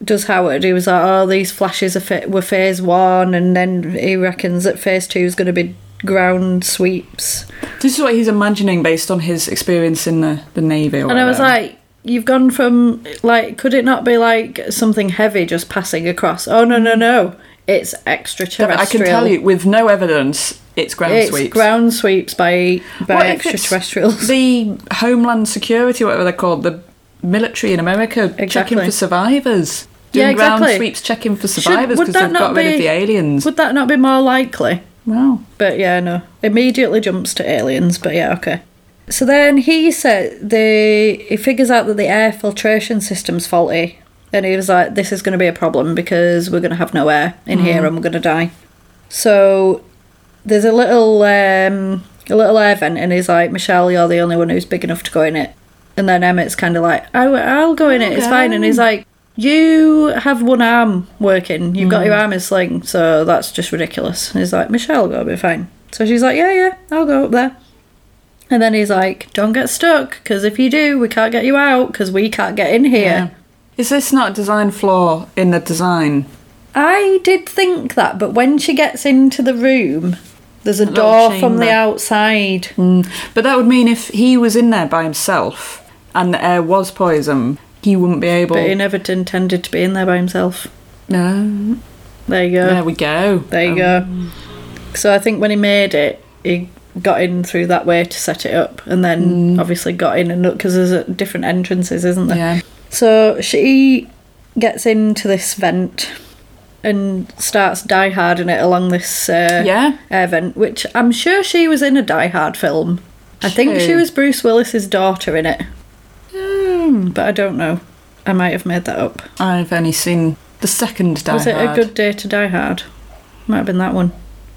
does howard he was like oh these flashes are fa- were phase one and then he reckons that phase two is going to be ground sweeps This is what he's imagining based on his experience in the, the Navy. Or and i was whatever. like you've gone from like could it not be like something heavy just passing across oh no no no it's But extraterrestrial I can tell you with no evidence, it's ground it's sweeps. ground sweeps by by What if it's extraterrestrials The Homeland Security, whatever they're called, the military in America, checking Exactly. for survivors. Yeah, Doing ground exactly. sweeps, checking for Should- survivors would because that they've got not rid of be- the aliens. would that not be more likely Wow. But yeah, no. Immediately jumps to aliens, but yeah, okay. So then he said the he figures out that the air filtration system's faulty. And he was like, This is gonna be a problem because we're gonna have no air in here Mm. and we're gonna die. So there's a little um a little air vent and he's like, Michelle, you're the only one who's big enough to go in it. And then Emmett's kinda like, I will go in it, it's fine and he's like you have one arm working. You've got your arm in a sling, so that's just ridiculous. And he's like, Michelle, go, it'll be fine. So she's like, yeah, yeah, I'll go up there. And then he's like, don't get stuck, because if you do, we can't get you out, because we can't get in here. Is this not a design flaw in the design? I did think that, but when she gets into the room, there's a, little door from the chamber. outside. Hmm. But that would mean if he was in there by himself and the air was poison, he wouldn't be able. But he never intended to be in there by himself. no. There you go. There we go. Um, There you go. So I think when he made it, he got in through that way to set it up, and then Mm. obviously got in and look because there's uh, different entrances, isn't there? Yeah. So she gets into this vent and starts die harding it along this uh, Yeah. air vent, which I'm sure she was in a die hard film. I think she True. was Bruce Willis's daughter in it, Hmm. but I don't know. I might have made that up. I've only seen the second Die was it Hard. a good day to die hard? Might have been that one.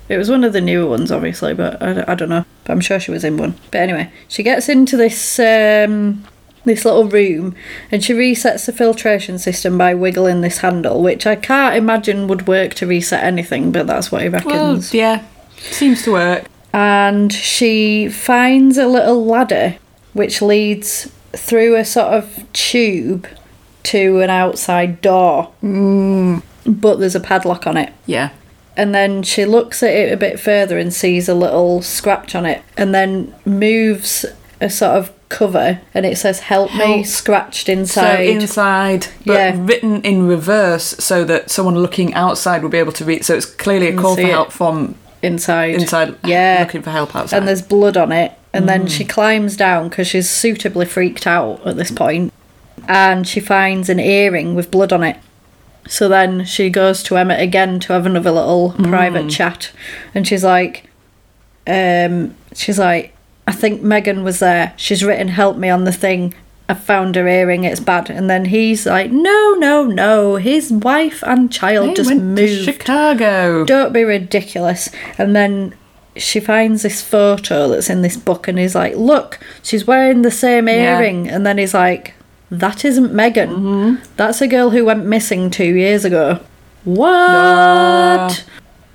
It was one of the newer ones, obviously, but I, I don't know. But I'm sure she was in one. But anyway, she gets into this um, this little room and she resets the filtration system by wiggling this handle, which I can't imagine would work to reset anything, but that's what he Well, reckons. yeah, seems to work. And she finds a little ladder which leads through a sort of tube to an outside door. Mm. But there's a padlock on it. Yeah, And then she looks at it a bit further and sees a little scratch on it, and then moves a sort of cover, and it says "Help, me," Help. scratched so inside. inside, but Yeah. written in reverse so that someone looking outside will be able to read. So it's clearly a call for Mm, see it. help from inside, inside, yeah. looking for help outside. and there's blood on it. And then Mm. she climbs down because she's suitably freaked out at this point, and she finds an earring with blood on it. So then she goes to Emmett again to have another little Mm. private chat, and she's like, um, she's like, I think Megan was there. She's written help me on the thing. I found her earring. It's bad. And then he's like, no, no, no. His wife and child They just went to moved. Chicago. Don't be ridiculous. And then she finds this photo that's in this book and he's like, Look, she's wearing the same Yeah. earring. And then he's like, That isn't Megan. That's a girl who went missing two years ago. What?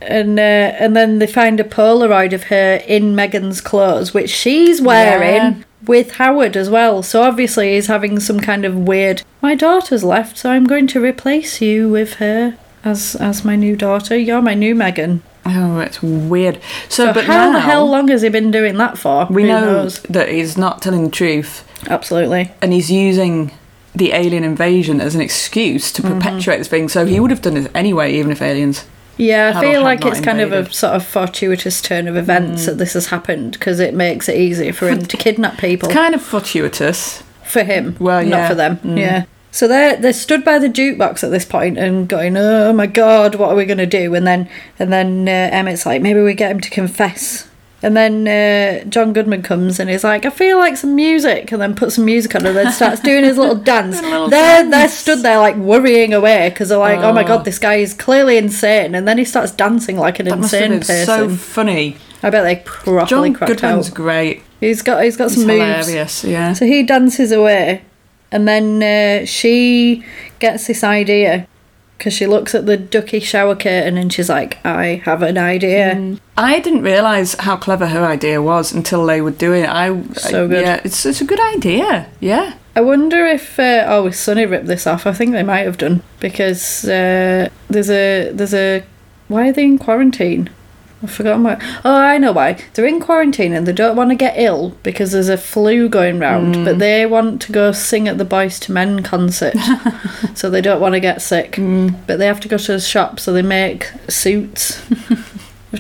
And uh, and then they find a Polaroid of her in Megan's clothes, which she's wearing Yeah. with Howard as well. So obviously he's having some kind of weird. My daughter's left, so I'm going to replace you with her as as my new daughter. You're my new Megan. Oh, it's weird. So, So but how now the hell long has he been doing that for? we Who know that he's not telling the truth, Absolutely. and he's using the alien invasion as an excuse to Mm-hmm. perpetuate this thing. So he would have done this anyway, even if aliens. Yeah, I Had or feel had like not it's kind of a invaded. sort of fortuitous turn of events Mm. that this has happened because it makes it easier for him to kidnap people. Kind of fortuitous. for him, Well, not yeah. for them. Mm. Yeah. So they they stood by the jukebox at this point and going, "Oh my god, what are we going to do?" And then and then uh, Emmett's like, "Maybe we get him to confess." And then uh, John Goodman comes and he's like, "I feel like some music," and then puts some music on and then starts doing his little dance. little They're they're stood there like worrying away because they're like, oh. my god, this guy is clearly insane." And then he starts dancing like an That must have insane been so person. funny. I bet they properly John cracked Goodman's out. great. He's got he's got He's some moves. hilarious. Yeah. So he dances away, and then uh, she gets this idea because she looks at the ducky shower curtain and she's like, "I have an idea." I didn't realise how clever her idea was until they were doing it. I So good. Yeah, it's it's a good idea. Yeah. I wonder if uh, Always Sunny ripped this off. I think they might have done because uh, there's a there's a why are they in quarantine? I've forgotten why. Oh, I know why. They're in quarantine and they don't want to get ill because there's a flu going round. But they want to go sing at the Boys to Men concert, so they don't want to get sick. But they have to go to the shop, so they make suits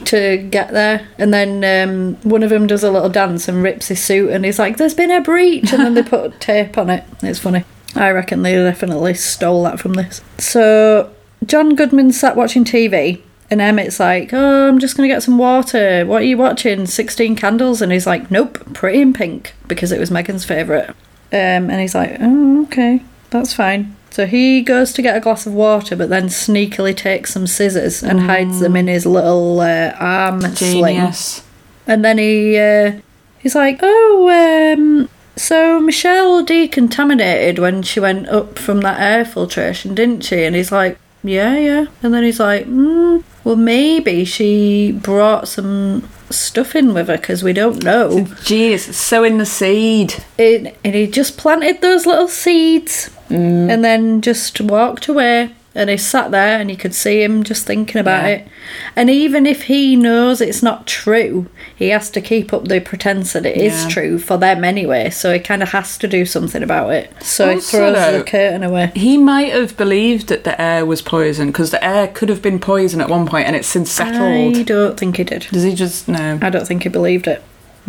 to get there. And then um, one of them does a little dance and rips his suit, and he's like, "There's been a breach," and then they put tape on it. It's funny. I reckon they definitely stole that from this. So John Goodman sat watching TV. And Emmett's like, oh, I'm just going to get some water. What are you watching? 16 Candles? And he's like, nope, Pretty in Pink, because it was Megan's favourite. Um, and he's like, oh, okay, that's fine. So he goes to get a glass of water, but then sneakily takes some scissors and hides them in his little uh, arm sling. Genius. And then he uh, he's like, "Oh, um, so Michelle decontaminated when she went up from that air filtration, didn't she?" And he's like, "Yeah, yeah." And then he's like, mm, "Well, maybe she brought some stuff in with her because we don't know." Genius. It's sowing the seed. And and he just planted those little seeds Mm. and then just walked away. And he sat there and you could see him just thinking about Yeah. it. And even if he knows it's not true, he has to keep up the pretense that it is Yeah. true for them anyway. So he kind of has to do something about it. So he Also, throws the though- curtain away. He might have believed that the air was poison because the air could have been poison at one point and it's since settled. I don't think he did. Does he just no? I don't think he believed it.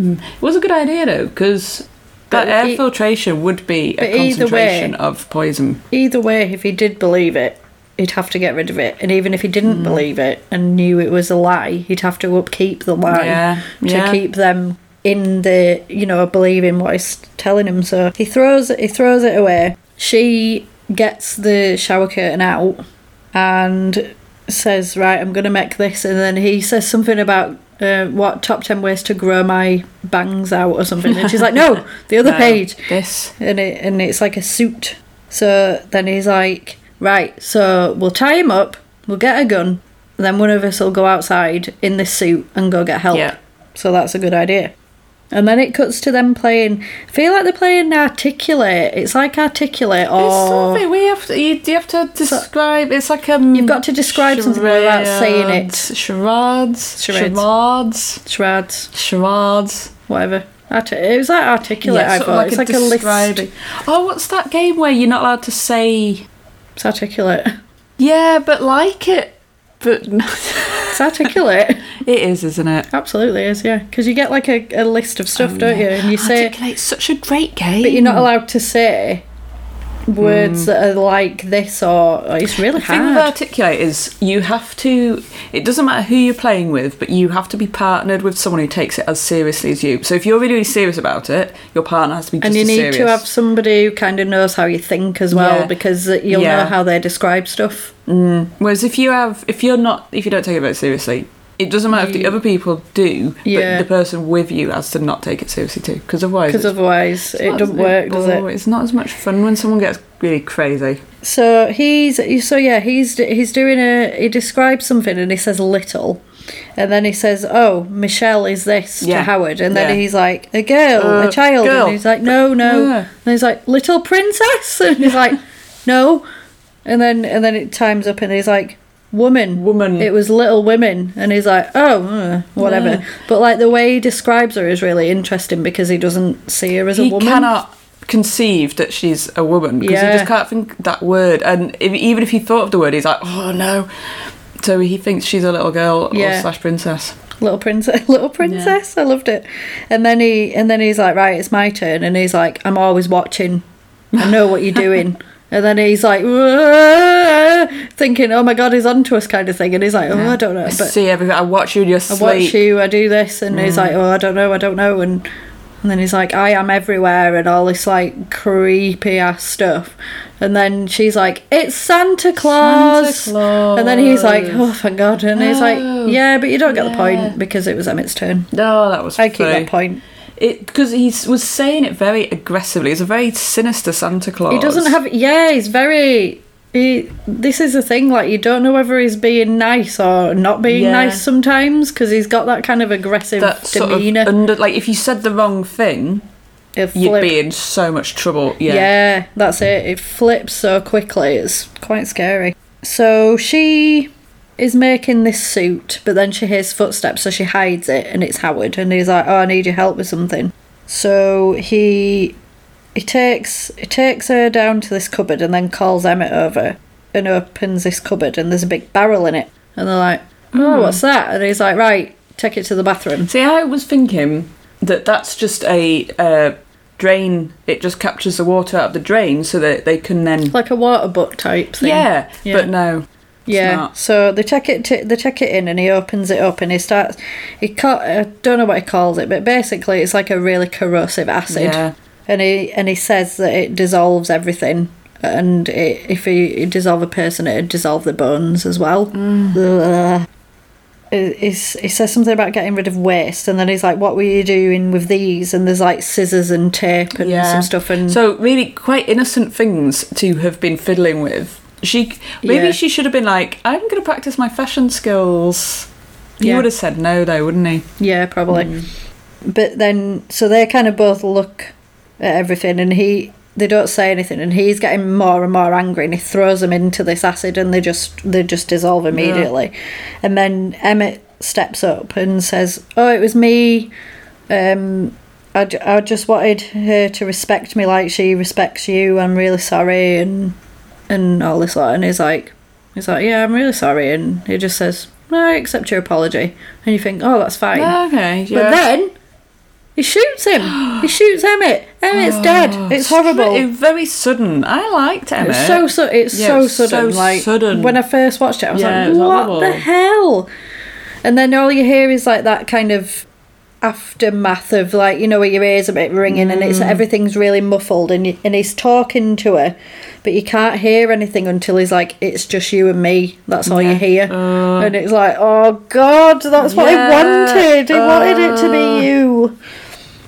It was a good idea though because But that air he- filtration would be But a either concentration way- of poison. Either way, if he did believe it, he'd have to get rid of it. And even if he Mm. didn't believe it and knew it was a lie, he'd have to upkeep the lie Yeah, to yeah. keep them in the you know believing what he's telling him. So he throws he throws it away. She gets the shower curtain out and says, "Right, I'm gonna make this." And then he says something about. Uh, what top 10 ways to grow my bangs out or something and she's like no the other No, page Um, This. and it and it's like a suit. So then he's like, right, so we'll tie him up, we'll get a gun, and then one of us will go outside in this suit and go get help. Yeah. So that's a good idea. And then it cuts to them playing. I feel like they're playing articulate. It's like articulate It's or something we have to. You, you have to describe. it's like um. You've got to describe something without saying it. Charades. Charades. Charades. shreds, Charades. whatever. Arti- it was like articulate. I sort thought of it's like a list. describing- Oh, what's that game where you're not allowed to say? It's articulate. Yeah, but like it. But It's articulate. it is, isn't it? Absolutely is, yeah. Because you get like a, a list of Oh, stuff, don't you? And you say Articulate's such a great game. But you're not allowed to say words that are like this or or it's really Mm. The thing with hard. Articulate is you have to, it doesn't matter who you're playing with, but you have to be partnered with someone who takes it as seriously as you. So if you're really, really serious about it, your partner has to be just And you as need to serious. have somebody who kind of knows how you think as well Yeah. because you'll know Yeah. how they describe stuff. Whereas if you have, if you're not, if you don't take it very seriously, It doesn't matter if the other people do, Yeah. but the person with you has to not take it seriously too, because otherwise, Because it's- otherwise it's it not doesn't as- work, does it? oh, It's not as much fun when someone gets really crazy. So he's so yeah he's he's doing a he describes something and he says little, and then he says oh Michelle is this to Yeah. Howard and then Yeah. he's like a girl a Uh, child girl. and he's like no no Yeah. and he's like little princess and he's like no, and then and then it times up and he's like woman Woman. it was little women and he's like oh uh, whatever Yeah. but like the way he describes her is really interesting because he doesn't see her as a he woman cannot conceive that she's a woman because Yeah. he just can't think that word. And if, even if he thought of the word, he's like, oh no. So he thinks she's a little girl Yeah. or slash princess. little princess little princess i loved it and then he and then he's like right it's my turn and he's like i'm always watching i know what you're doing and then he's like "Whoa," thinking oh my god he's onto us kind of thing and he's like oh i don't know I but see everything. I watch you in your i sleep. watch you i do this and Mm. he's like oh i don't know i don't know and and then he's like i am everywhere and all this like creepy ass stuff and then she's like it's santa claus, Claus. and then he's like oh thank god and he's like No. yeah but you don't get the Yeah. point because it was emmett's turn No, that was I keep funny. that point. It because he s- was saying it very aggressively. It's a very sinister Santa Claus. He doesn't have. Yeah, he's very. He, this is the thing. Like you don't know whether he's being nice or not being Yeah. nice sometimes because he's got that kind of aggressive that sort of demeanor. under. Like if you said the wrong thing, It you'd flip- be in so much trouble. yeah. Yeah. that's it. It flips so quickly. It's quite scary. So she is making this suit, but then she hears footsteps, so she hides it, and it's Howard, and he's like, "Oh, I need your help with something." So he he takes he takes her down to this cupboard and then calls Emmett over and opens this cupboard and there's a big barrel in it and they're like, "Oh, what's Hmm. that?" And he's like, "Right, take it to the bathroom." See, I was thinking that that's just a uh, drain. It just captures the water out of the drain so that they can then. Like a water butt type thing. Yeah, Yeah. but no. it's Yeah. not. So they take it. To, they take it in, and he opens it up, and he starts. He ca- I don't know what he calls it, but basically, it's like a really corrosive acid. Yeah. And he and he says that it dissolves everything, and it, if you you dissolve a person, it'd dissolve the bones as well. Mm. Ugh. He- he's- he says something about getting rid of waste, and then he's like, "What were you doing with these?" And there's like scissors and tape and Yeah. some stuff, and So really, quite innocent things to have been fiddling with. She maybe Yeah. she should have been like, "I'm going to practice my fashion skills." He Yeah. would have said no, though, wouldn't he? Mm. Yeah, probably. But then, so they kind of both look at everything, and he they don't say anything, and he's getting more and more angry, and he throws them into this acid, and they just they just dissolve immediately. And then Emmett steps up and says, "Oh, it was me. Um, I, ju- I just wanted her to respect me like she respects you. I'm really sorry, and and all this lot." And he's like, he's like, "Yeah, I'm really sorry," and he just says. I accept your apology, and you think, "Oh, that's fine." Okay, yeah. But then he shoots him. he shoots Emmett. Emmett's dead. It's horrible. Oh, It was very sudden. I liked Emma. It's so su- it's Yeah, so it's so sudden. like sudden. when I first watched it, I was Yeah, like, it was "What horrible. the hell?" And then all you hear is like that kind of aftermath of like you know where your ears a bit ringing and Mm. it's everything's really muffled and y- and he's talking to her, but you can't hear anything until he's like, "It's just you and me." That's all you hear, and it's like, "Oh God, that's what Yeah, Oh. I wanted. I wanted it to be you."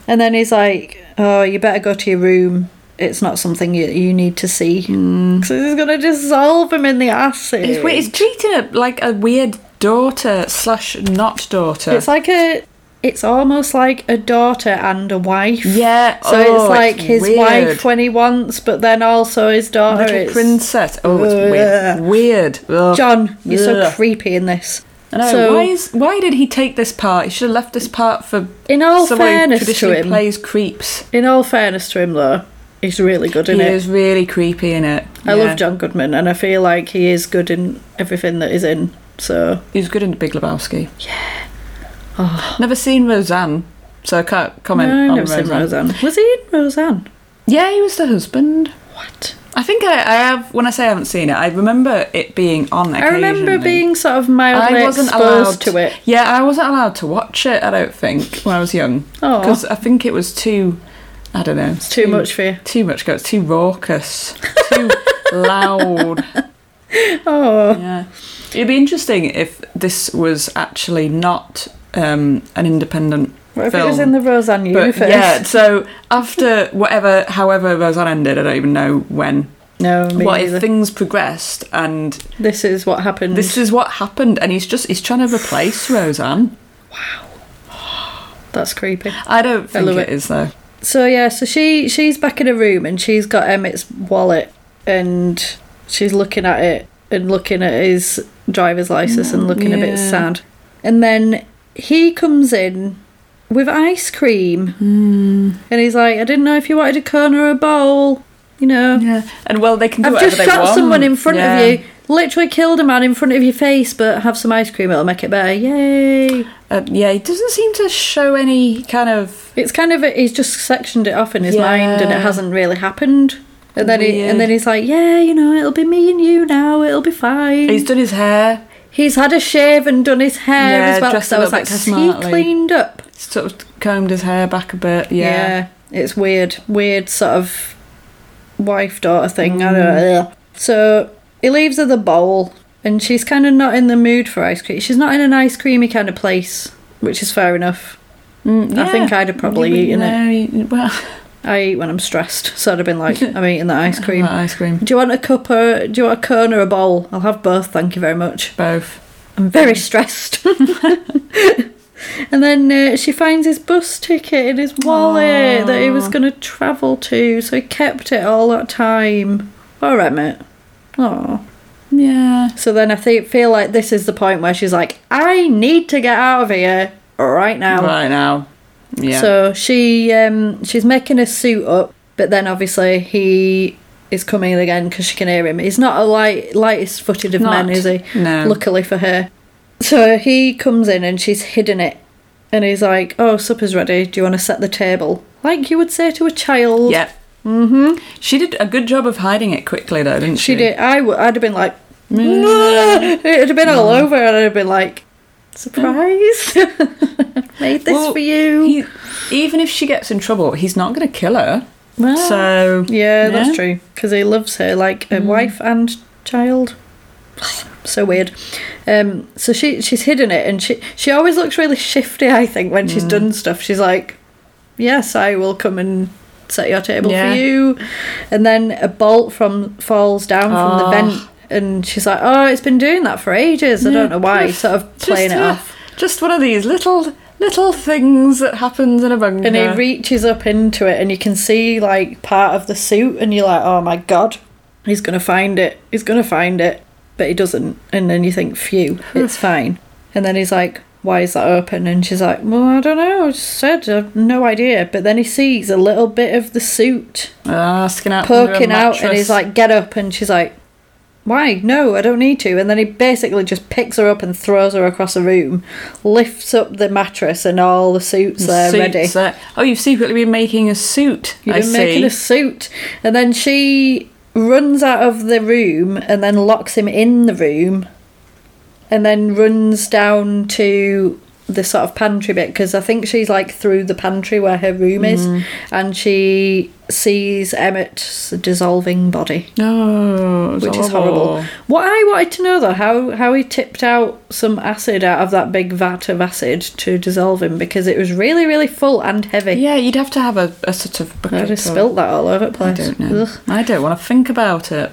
And then he's like, "Oh, you better go to your room. It's not something you, you need to see." So he's gonna dissolve him in the acid. Hmm. It's, weird. it's treating her like a weird daughter slash not daughter. It's like a. It's almost like a daughter and a wife. yeah. So oh, it's like his weird. wife when he wants, but then also his daughter. Little It's- princess. Oh, it's weird. Ugh. Weird. Ugh. John, you're so Ugh. creepy in this. I know. So- why is why did he take this part? He should have left this part for In all someone who fairness to traditionally him, plays creeps. in all fairness to him though, he's really good in He it. is really creepy in it. I Yeah. love John Goodman, and I feel like he is good in everything that he's in. So He was good in Big Lebowski. Yeah. Never seen Roseanne, so I can't comment Oh. no, I've on never Roseanne. seen Roseanne. Was he in Roseanne? Yeah, he was the husband. What? I think I, I have. When I say I haven't seen it, I remember it being on. I remember occasionally. being sort of mildly I wasn't exposed allowed to it. Yeah, I wasn't allowed to watch it. I don't think when I was young Aw. because I think it was too. I don't know. It's Oh, too much for you. Too much. go- It's too raucous. Too loud. Oh, Yeah. It'd be interesting if this was actually not um, an independent What if film. it was in the Roseanne but universe? yeah, so after whatever, however Roseanne ended, I don't even know when. No, me what neither. Mm. if things progressed and this is what happened. this is what happened? And he's just he's trying to replace Roseanne. That's creepy. I don't think love it. it is though. So yeah, so she she's back in her room and she's got Emmett's wallet and she's looking at it and looking at his driver's license and looking a bit Yeah. sad. And then he comes in with ice cream Hmm. and he's like, "I didn't know if you wanted a cone or a bowl, you know." Yeah, and well, they can do I've whatever just they shot want. someone in front Yeah. of you, literally killed a man in front of your face, but have some ice cream, it'll make it better. Yay! Uh, yeah, he doesn't seem to show any kind of. It's kind of he's just sectioned it off in his mind, and it Yeah. hasn't really happened. And then he, Weird. and then he's like, yeah, you know, it'll be me and you now. It'll be fine. He's He's, done his hair, had a shave and done his hair Yeah, as well. dressed So a I was little like, bit has smartly. he cleaned up? sort of combed his hair back a bit. Yeah. Yeah, it's weird, weird sort of wife daughter thing. Mm. I don't know. So he leaves her the bowl, and she's kind of not in the mood for ice cream. She's not in an ice creamy kind of place, which is fair enough. Mm, I think I'd have probably eaten it. it. Well, I eat when I'm stressed, so I'd have been like, I'm eating that ice cream. that ice cream. Do you want a cup or do you want a cone or a bowl? I'll have both, thank you very much. Both. I'm very stressed. and then uh, she finds his bus ticket in his wallet that he was going to travel to, so he kept it all that time. All right, mate. Oh. Yeah. So then I thi- feel like this is the point where she's like, I need to get out of here right now. Right now. Yeah. So she um, she's making a suit up, but then obviously he is coming again because she can hear him. He's not a light lightest footed of Not. men, is he? No. Luckily for her. So he comes in and she's hidden it, and he's like, "Oh, supper's ready. Do you want to set the table?" Like you would say to a child. yeah. Mm-hmm. She did a good job of hiding it quickly, though, didn't she? She did. I would. I'd have been like, Mm. "Nah." it'd have been all over, and I'd have been like, "Surprise! Made this Well, for you." He, even if she gets in trouble, he's not going to kill her. Well. So Yeah, Yeah. that's true. Because he loves her like a wife and child. so weird. Um, so she she's hidden it, and she she always looks really shifty. I think when she's done stuff, she's like, "Yes, I will come and set your table Yeah. for you," and then a bolt from falls down from the Oh. vent. And she's like, "Oh, it's been doing that for ages. I don't know why." Sort of playing it uh, off, Just one of these little little things that happens in a bunker. and he reaches up into it, and you can see like part of the suit, and you're like, "Oh my god, he's gonna find it. He's gonna find it," but he doesn't. And then you think, "Phew, it's fine." And then he's like, "Why is that open?" And she's like, "Well, I don't know. I just said I've no idea." But then he sees a little bit of the suit asking out under a poking out, and mattress. he's like, "Get up!" And she's like, "Why? No, I don't need to." And then he basically just picks her up and throws her across the room, lifts up the mattress, and all the suits there Suits, ready. uh, oh, you've secretly been making a suit. You've I been see. making a suit. And then she runs out of the room and then locks him in the room and then runs down to the sort of pantry bit because I think she's like through the pantry where her room Mm. is and she sees Emmett's dissolving body, Oh, it's which is horrible. What I wanted to know though, how, how he tipped out some acid out of that big vat of acid to dissolve him because it was really, really full and heavy. Yeah, you'd have to have a, a sort of bucket. I just or- spilt that all over the I place. don't know. Ugh. I don't want to think about it.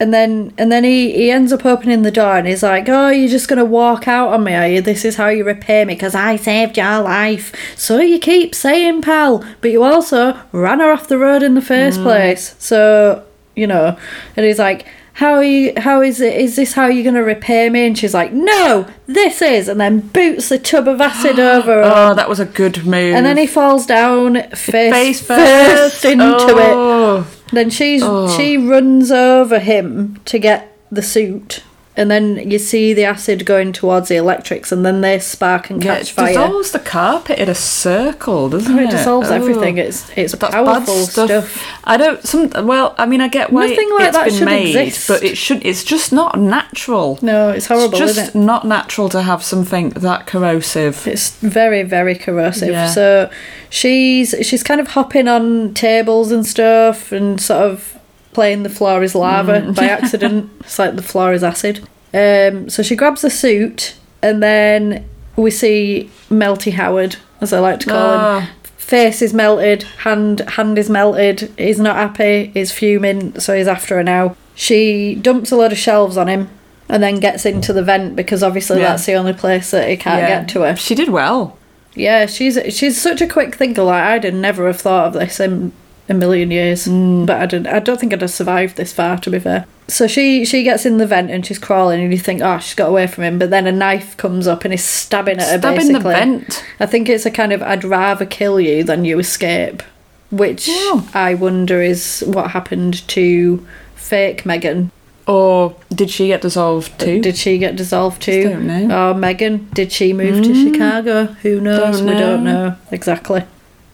And then and then he, he ends up opening the door and he's like, Oh, you're just gonna walk out on me, are you? This is how you repay me, 'cause I saved your life. So you keep saying pal, but you also ran her off the road in the first place. So, you know and he's like how are you how is it is this how you're gonna repay me? And she's like, No, this is and then boots the tub of acid over her. Oh, that was a good move. And then he falls down face, face first, first into it. oh. Then she's she runs over him to get the suit, and then you see the acid going towards the electrics, and then they spark and Yeah, catch it fire. dissolves the carpet in a circle, doesn't Oh, it? it dissolves Oh. everything. It's it's That's powerful bad stuff. stuff. I don't. Some well, I mean, I get why Nothing like it's that been should made, exist. but it should. It's just not natural. No, it's horrible, It's just isn't it? not natural to have something that corrosive. It's very very corrosive. Yeah. So she's she's kind of hopping on tables and Mm. stuff, and sort of playing the floor is lava by accident. it's like the floor is acid. Um, so she grabs the suit, and then we see Melty Howard, as I like to call Ah. him. Face is melted, hand hand is melted. He's not happy. He's fuming, so he's after her now. She dumps a load of shelves on him, and then gets into the vent because obviously Yeah. that's the only place that he can't get to her. She did well. Yeah, she's she's such a quick thinker. Like I'd have never have thought of this in a million years. Mm. But I don't. I don't think I'd have survived this far. To be fair. So she she gets in the vent and she's crawling and you think oh she's got away from him but then a knife comes up and he's stabbing at her Stabbing the Uh, basically. vent. I think it's a kind of I'd rather kill you than you escape, which Yeah. I wonder is what happened to fake Megan. Or did she get dissolved too? Uh, Did she get dissolved too? don't know. Hmm. Or Megan, did she move to Chicago? Who knows? Don't We don't know. know exactly.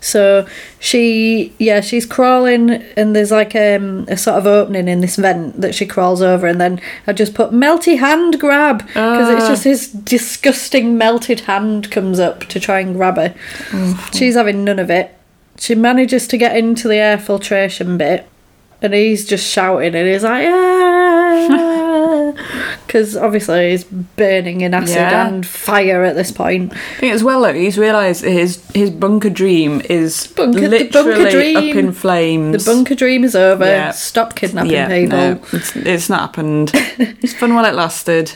So she, yeah, she's crawling, and there's like um, a sort of opening in this vent that she crawls over, and then I just put melty hand grab because it's Ah. just this disgusting melted hand comes up to try and grab her. Mm-hmm. She's having none of it. She manages to get into the air filtration bit, and he's just shouting, and he's like, because obviously he's burning in acid Yeah. and fire at this point. I think as well though, he's realised his his bunker dream is Bunker- the literally bunker up dream. in flames. The bunker dream is over. Yeah. Stop kidnapping yeah, people. no, it's, it's not happened. it's fun while it lasted.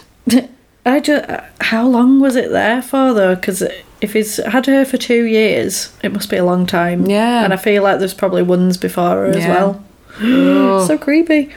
I just, how long was it there for though? Because if he's had her for two years, it must be a long time. Yeah. and I feel like there's probably ones before her as Yeah. well. Oh. So creepy.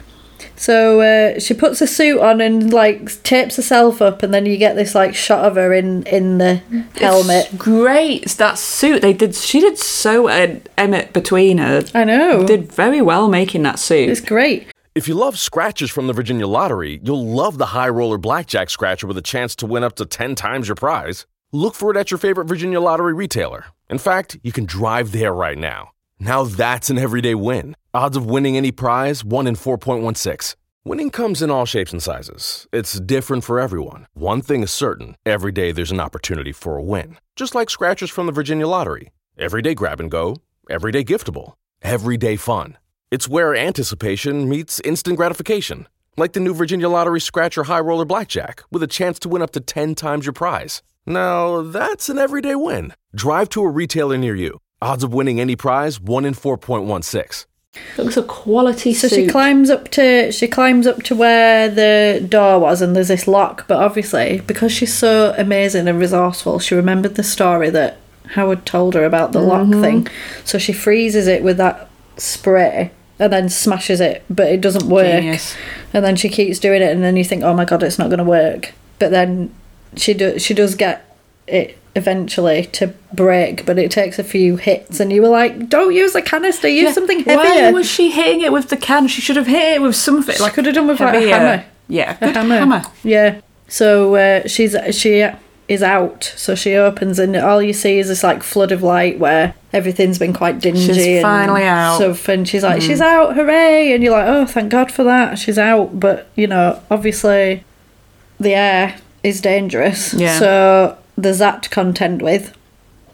So uh, she puts a suit on and like tapes herself up, and then you get this like shot of her in in the helmet. It's great. It's that suit they did. She did so. Uh, Emmett between her I know. did very well making that suit. Oh. It's great. If you love scratches from the Virginia Lottery, you'll love the High Roller Blackjack Scratcher with a chance to win up to 10 times your prize. Look for it at your favorite Virginia Lottery retailer. In fact, you can drive there right now. Now that's an everyday win. Odds of winning any prize 1 in 4.16. Winning comes in all shapes and sizes. It's different for everyone. One thing is certain every day there's an opportunity for a win. Just like scratchers from the Virginia Lottery. Everyday grab and go, everyday giftable, everyday fun. It's where anticipation meets instant gratification, like the new Virginia Lottery Scratcher High Roller Blackjack, with a chance to win up to 10 times your prize. Now, that's an everyday win. Drive to a retailer near you. Odds of winning any prize 1 in 4.16. It was a quality So she climbs up to she climbs up to where the door was, and there's this lock. But obviously, because she's so amazing and resourceful, she remembered the story that Howard told her about the Mm-hmm. lock thing. So she freezes it with that spray and then smashes it, but it doesn't work. Genius. And then she keeps doing it, and then you think, oh my god, it's not going to work. But then she do, she does get it eventually to break, but it takes a few hits, and you were like, don't use a canister, use something heavier. Why was she hitting it with the can? She should have hit it with something. She like could have done with, like, a heavier. hammer. Yeah, A good hammer. Yeah. So uh, she's she is out. So she opens and all you see is this like flood of light where everything's been quite dingy. She's and finally out. Mm-hmm. Stuff, and she's like, she's out, hooray! And you're like, oh, thank God for that. She's out, but you know, obviously, the air is dangerous. Yeah. So there's that to contend with,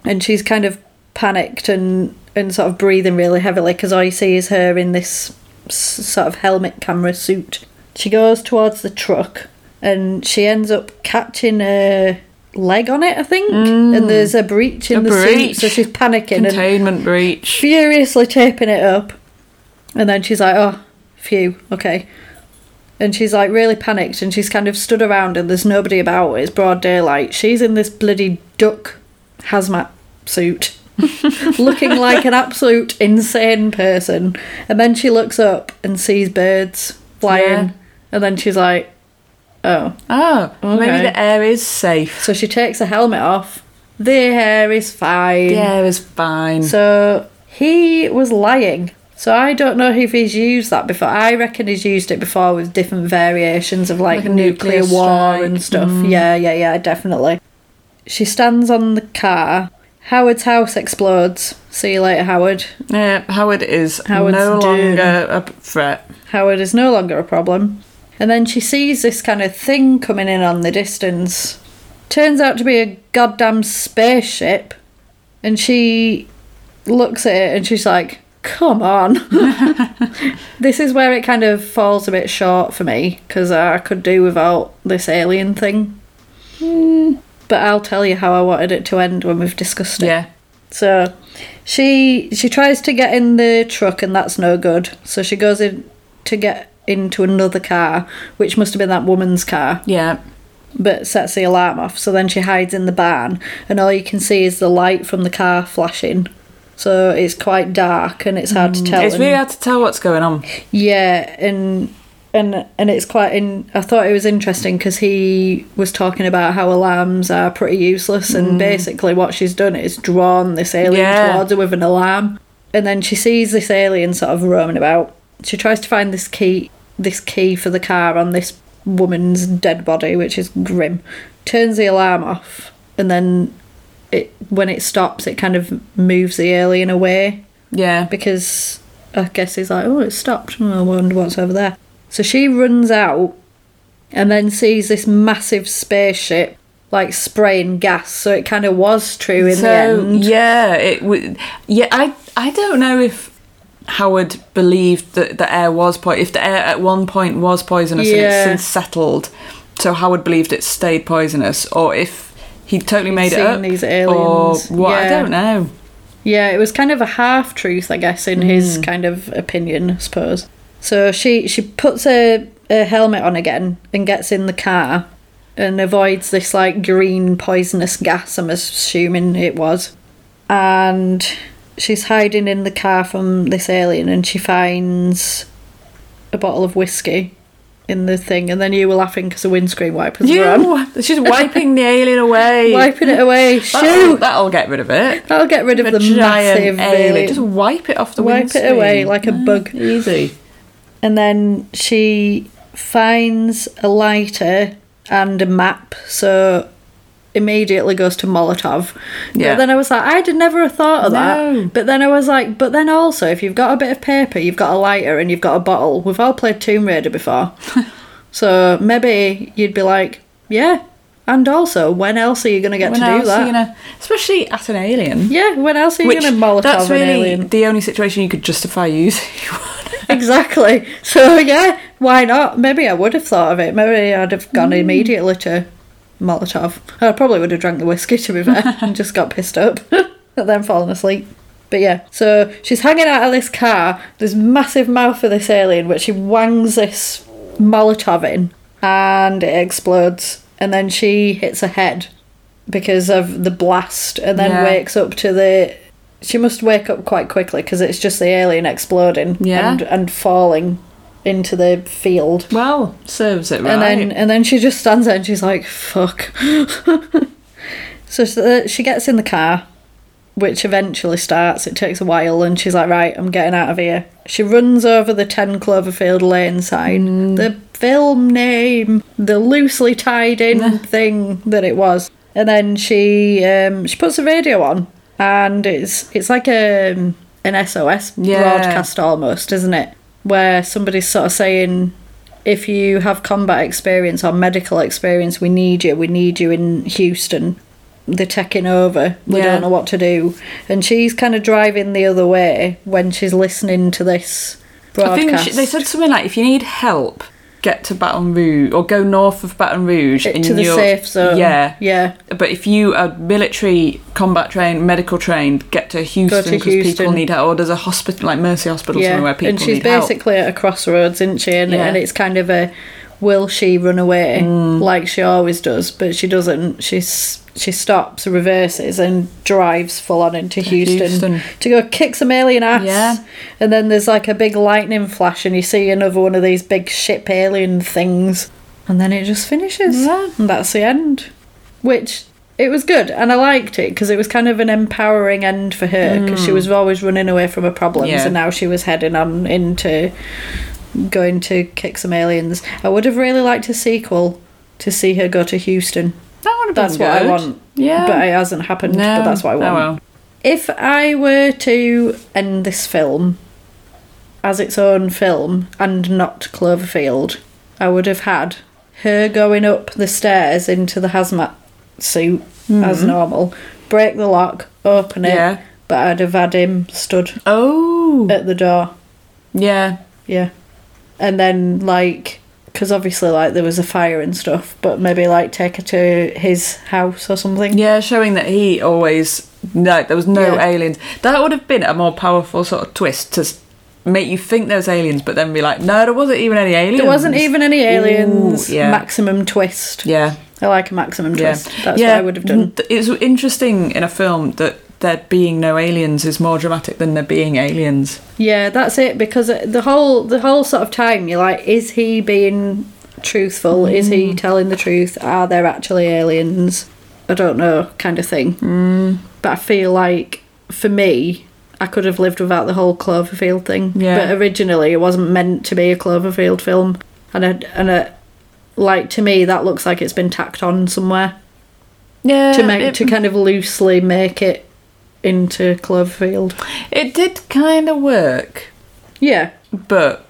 and she's kind of panicked and and sort of breathing really heavily because all you see is her in this s- sort of helmet camera suit. She goes towards the truck and she ends up catching a leg on it, I think. And there's a breach in Mm. the A breach. suit, so she's panicking and Containment breach. furiously taping it up. And then she's like, oh, phew, okay. And she's like really panicked and she's kind of stood around and there's nobody about. It's broad daylight. She's in this bloody duck hazmat suit, looking like an absolute insane person. And then she looks up and sees birds flying. Yeah. And then she's like, oh. Oh, Okay. maybe the air is safe. So she takes her helmet off. The hair is fine. The air is fine. So he was lying. So I don't know if he's used that before. I reckon he's used it before with different variations of like, Like a nuclear, nuclear war strike. Mm. and stuff. Yeah, yeah, yeah, definitely. She stands on the car. Howard's house explodes. See you later, Howard. yeah, Howard is Howard's no doomed. longer a threat. Howard is no longer a problem. And then she sees this kind of thing coming in on the distance. Turns out to be a goddamn spaceship. And she looks at it and she's like, come on. this is where it kind of falls a bit short for me because I could do without this alien thing. Hmm, But I'll tell you how I wanted it to end when we've discussed it. Yeah. So she she tries to get in the truck and that's no good. So she goes in to get into another car, which must have been that woman's car, Yeah. but sets the alarm off. So then she hides in the barn and all you can see is the light from the car flashing. So it's quite dark and it's hard to tell. It's and- really hard to tell what's going on. yeah, and and and it's quite in. I thought it was interesting because he was talking about how alarms are pretty useless, and basically what she's done is drawn this alien Yeah. towards her with an alarm, and then she sees this alien sort of roaming about. She tries to find this key, this key for the car on this woman's dead body, which is grim. Turns the alarm off, and then it when it stops, it kind of moves the alien away Yeah. because I guess he's like, oh, it stopped. Oh, I wonder what's over there. So she runs out and then sees this massive spaceship like spraying gas. So it kind of was true in the so end. yeah, it w- yeah. I I don't know if Howard believed that the air was po- if the air at one point was poisonous and it's Yeah. since settled. So Howard believed it stayed poisonous, or if he totally made it Seen up, these aliens, or what? I yeah. don't know. Yeah, it was kind of a half truth, I guess, in Hmm. his kind of opinion, I suppose. So she she puts her, her helmet on again and gets in the car and avoids this like green poisonous gas. I'm assuming it was, and she's hiding in the car from this alien, and she finds a bottle of whiskey in the thing. And then you were laughing because the windscreen wipers You, were on, she's wiping the alien away. wiping it away. That'll, Shoo! that'll get rid of it. That'll get rid of the, massive uh, giant alien. alien. Just wipe it off the Wipe it windscreen. away like a Yeah, bug. Easy. and then she finds a lighter and a map so immediately goes to molotov Yeah. but then i was like i'd never have thought of No. that but then i was like but then also if you've got a bit of paper you've got a lighter and you've got a bottle we've all played tomb raider before so maybe you'd be like yeah and also when else are you going to get When to do else that are you gonna, especially at an alien? yeah when else are you going to molotov that's an really alien the only situation you could justify using. exactly. So yeah, why not? Maybe I would have thought of it. Maybe I'd have gone immediately to Molotov. I probably would have drank the whiskey to be fair and just got pissed up and then fallen asleep. But yeah, so she's hanging out of this car. There's massive mouth for this alien, which she wangs this Molotov in, and it explodes. And then she hits her head because of the blast, and then Yeah. wakes up to the. She must wake up quite quickly because it's just the alien exploding Yeah. and and falling into the field. well, serves it right. And then and then she just stands there and she's like, "Fuck." so s- uh, she gets in the car, which eventually starts. It takes a while, and she's like, "Right, I'm getting out of here." She runs over the Ten Cloverfield Lane Mm. sign, the film name, the loosely tied in thing that it was, and then she um, she puts the radio on, and it's it's like a an SOS Yeah. broadcast almost, isn't it? Where somebody's sort of saying, if you have combat experience or medical experience, we need you. We need you in Houston. They're taking over. We Yeah. don't know what to do. And she's kind of driving the other way when she's listening to this I broadcast. think she, they said something like, "If you need help, get to Baton Rouge or go north of Baton Rouge to the you're- safe zone. Yeah, Yeah. But if you are military combat trained, medical trained, get to Houston because people Houston. need help. Or there's a hospital, like Mercy Hospital, Yeah. somewhere where people and she's need help. basically at a crossroads, isn't she? And, Yeah. Mm. and it's kind of a will she run away like she always does, but she doesn't. She's she stops, reverses, and drives full on into Houston, Houston. to go kick some alien ass. Yeah. And then there's like a big lightning flash, and you see another one of these big ship alien things, and then it just finishes. Yeah. And that's the end. Which it was good, and I liked it because it was kind of an empowering end for her because she was always running away from her problems, Mm. Yeah. and now she was heading on into going to kick some aliens. I would have really liked a sequel to see her go to Houston. That would have That's been what I good. want. Yeah, But it hasn't happened, no, but that's what I want. Oh well. If I were to end this film as its own film and not Cloverfield, I would have had her going up the stairs into the hazmat suit as normal, break the lock, open it, Hmm. Yeah. but I'd have had him stood Oh. at the door. Yeah. Yeah. And then, like, because obviously, like, there was a fire and stuff, but maybe, like, take her to his house or something. Yeah, showing that he always like there was no Yeah. aliens. That would have been a more powerful sort of twist to s- make you think there was aliens, but then be like, no, there wasn't even any aliens. There wasn't even any aliens. Ooh, yeah. Maximum twist. Yeah. I like a maximum Yeah. twist. That's yeah. Mm-hmm. what I would have done. Th- It's interesting in a film that there being no aliens is more dramatic than there being aliens. Yeah, that's it. Because the whole the whole sort of time, you're like, is he being truthful? Is Mm. he telling the truth? Are there actually aliens? I don't know, kind of thing. Mm. But I feel like for me, I could have lived without the whole Cloverfield thing. Yeah. But originally, it wasn't meant to be a Cloverfield film, and I, and I, like to me, that looks like it's been tacked on somewhere Yeah. to make to kind of loosely make it into Cloverfield. it did kind of work, Yeah, but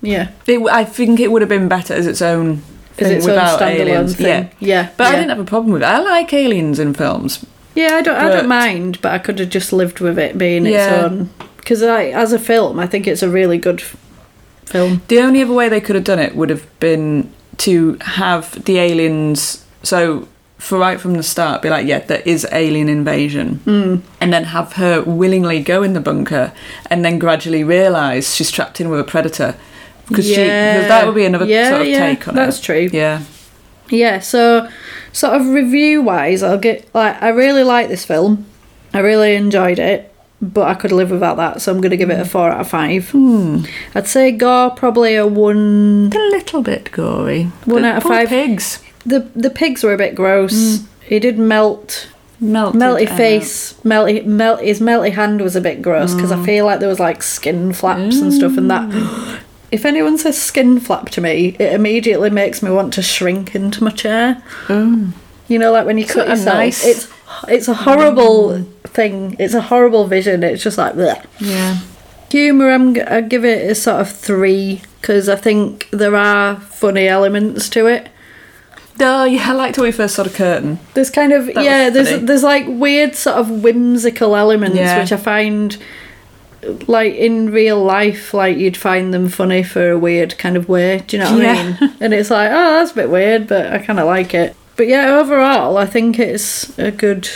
yeah. It, w- I think it would have been better as its own As thing its own without standalone aliens. thing. Yeah, Yeah, But I yeah. didn't have a problem with it. I like aliens in films. Yeah, I don't. I But- don't mind, but I could have just lived with it being Yeah. its own. Because as a film, I think it's a really good f- film. The only other way they could have done it would have been to have the aliens. So for right from the start, be like, yeah, there is alien invasion, Hmm. mm. and then have her willingly go in the bunker, and then gradually realise she's trapped in with a predator. Because she, because that would be another Yeah, sort of yeah, take on that's it. true. Yeah, Yeah, so sort of review wise, I'll get like I really like this film. I really enjoyed it, but I could live without that, so I'm going to give it a Hmm. four out of five. I'd say gore probably a one. a little bit gory. One The out of poor five. pigs The the pigs were a bit gross. Hmm. He did melt melted. melty out. face, melty melt. His melty hand was a bit gross because Mm. I feel like there was like skin flaps and stuff, and that. If anyone says skin flap to me, it immediately makes me want to shrink into my chair. You know, like when you cut not a yourself, nice- Mm. it's it's a horrible thing. It's a horrible vision. It's just like bleh. Yeah. humor. I'm g- I give it a sort of three because I think there are funny elements to it. Oh, yeah, I liked when we first saw the curtain. There's kind of was yeah, there's funny. there's like weird sort of whimsical elements Yeah. which I find like in real life, like you'd find them funny for a weird kind of way. Do you know what Yeah. I mean? And it's like, oh, that's a bit weird, but I kind of like it. But yeah, overall, I think it's a good.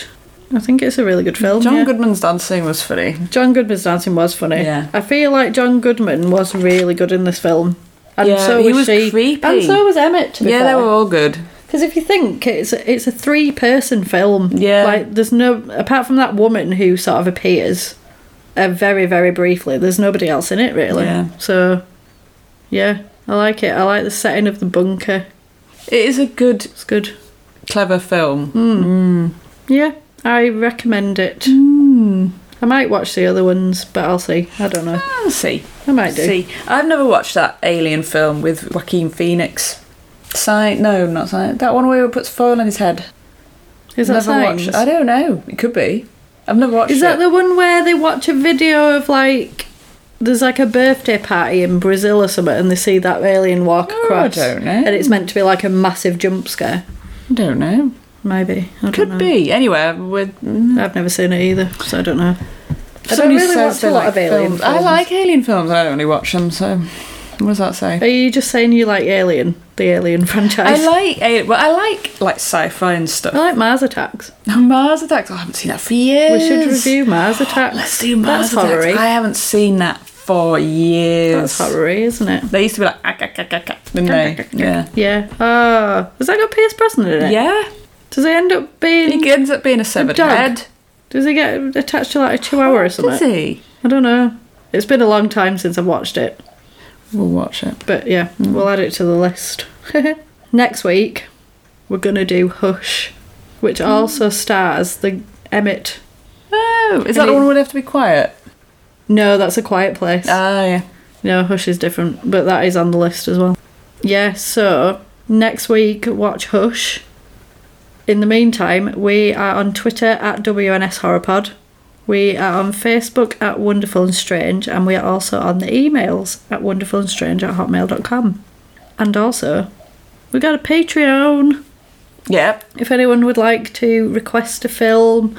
I think it's a really good film. John yeah. Goodman's dancing was funny. John Goodman's dancing was funny. Yeah. I feel like John Goodman was really good in this film. And Yeah, so he was, was she. creepy. And so was Emmett. To be Yeah, fair. they were all good. Because if you think it's a, it's a three person film, Yeah. Like there's no apart from that woman who sort of appears, uh, very very briefly. There's nobody else in it really. Yeah. So, yeah, I like it. I like the setting of the bunker. It is a good, It's good. clever film. Yeah, I recommend it. Mm. I might watch the other ones, but I'll see. I don't know. I'll see. I might do. See, I've never watched that Alien film with Joaquin Phoenix. Sign? No, not sign. That one where he puts foil on his head. Is that never Signs? watched. I don't know. It could be. I've never watched. Is it. that the one where they watch a video of like there's like a birthday party in Brazil or something and they see that alien walk Oh, I across? don't know. And it's meant to be like a massive jump scare. I don't know. Maybe. I don't Could know. be. Anyway, with I've never seen it either, so I don't know. I don't somebody really says watch they a lot like of alien films. I films. like Alien films. I don't really watch them. So, what does that say? Are you just saying you like Alien, the Alien I franchise? like alien. Well, I like like sci-fi and stuff. I like Mars Attacks. Oh, Mars Attacks. Oh, I haven't seen that for years. We should review Mars Attacks. Let's do Mars That's Attacks. horror-y. I haven't seen that for years. That's horror isn't it? They used to be like, ah, ah, ah, ah, ah, didn't they? Yeah. Yeah. Oh, has that got Pierce Brosnan in it? Yeah. Does he end up being? He ends up being a severed dog. head. Does he get attached to like a chihuahua or something? Oh, Does he? I don't know. It's been a long time since I've watched it, We'll watch it. but yeah, we'll add it to the list. Next week, we're gonna do Hush, which also stars the Emmett. Oh, is that the he- one where they have to be quiet? No, that's a quiet place. Ah, yeah. no, Hush is different, but that is on the list as well. Yeah, so next week, watch Hush. In the meantime, we are on Twitter at WNS Horrorpod. We are on Facebook at Wonderful and Strange, and we are also on the emails at wonderfulandstrange at hotmail.com. And also, we got a Patreon. Yeah. If anyone would like to request a film,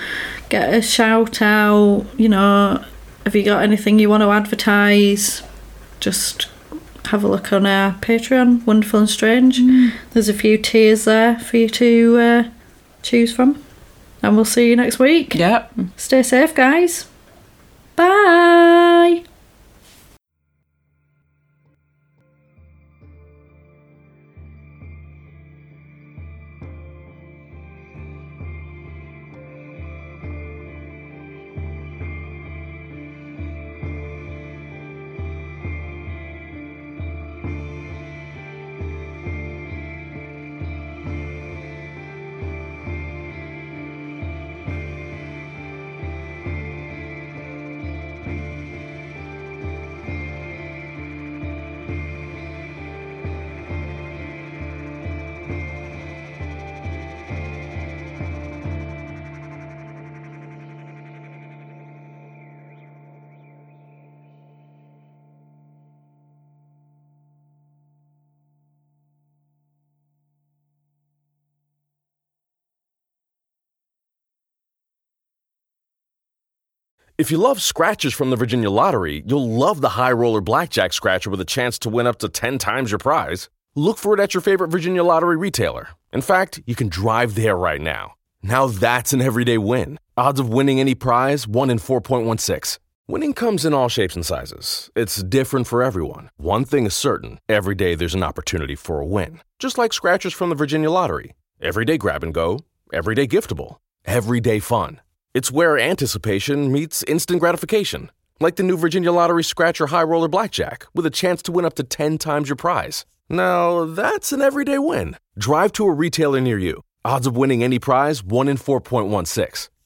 get a shout out, you know, have you got anything you want to advertise? Just have a look on our Patreon, Wonderful and Strange. There's a few tiers there for you to uh, choose from. And we'll see you next week. Yeah. Stay safe, guys. Bye. If you love scratches from the Virginia Lottery, you'll love the High Roller Blackjack Scratcher with a chance to win up to 10 times your prize. Look for it at your favorite Virginia Lottery retailer. In fact, you can drive there right now. Now that's an everyday win. Odds of winning any prize 1 in 4.16. Winning comes in all shapes and sizes. It's different for everyone. One thing is certain every day there's an opportunity for a win. Just like scratchers from the Virginia Lottery. Everyday grab and go, everyday giftable, everyday fun. It's where anticipation meets instant gratification, like the new Virginia Lottery Scratcher High Roller Blackjack, with a chance to win up to 10 times your prize. Now, that's an everyday win. Drive to a retailer near you. Odds of winning any prize 1 in 4.16.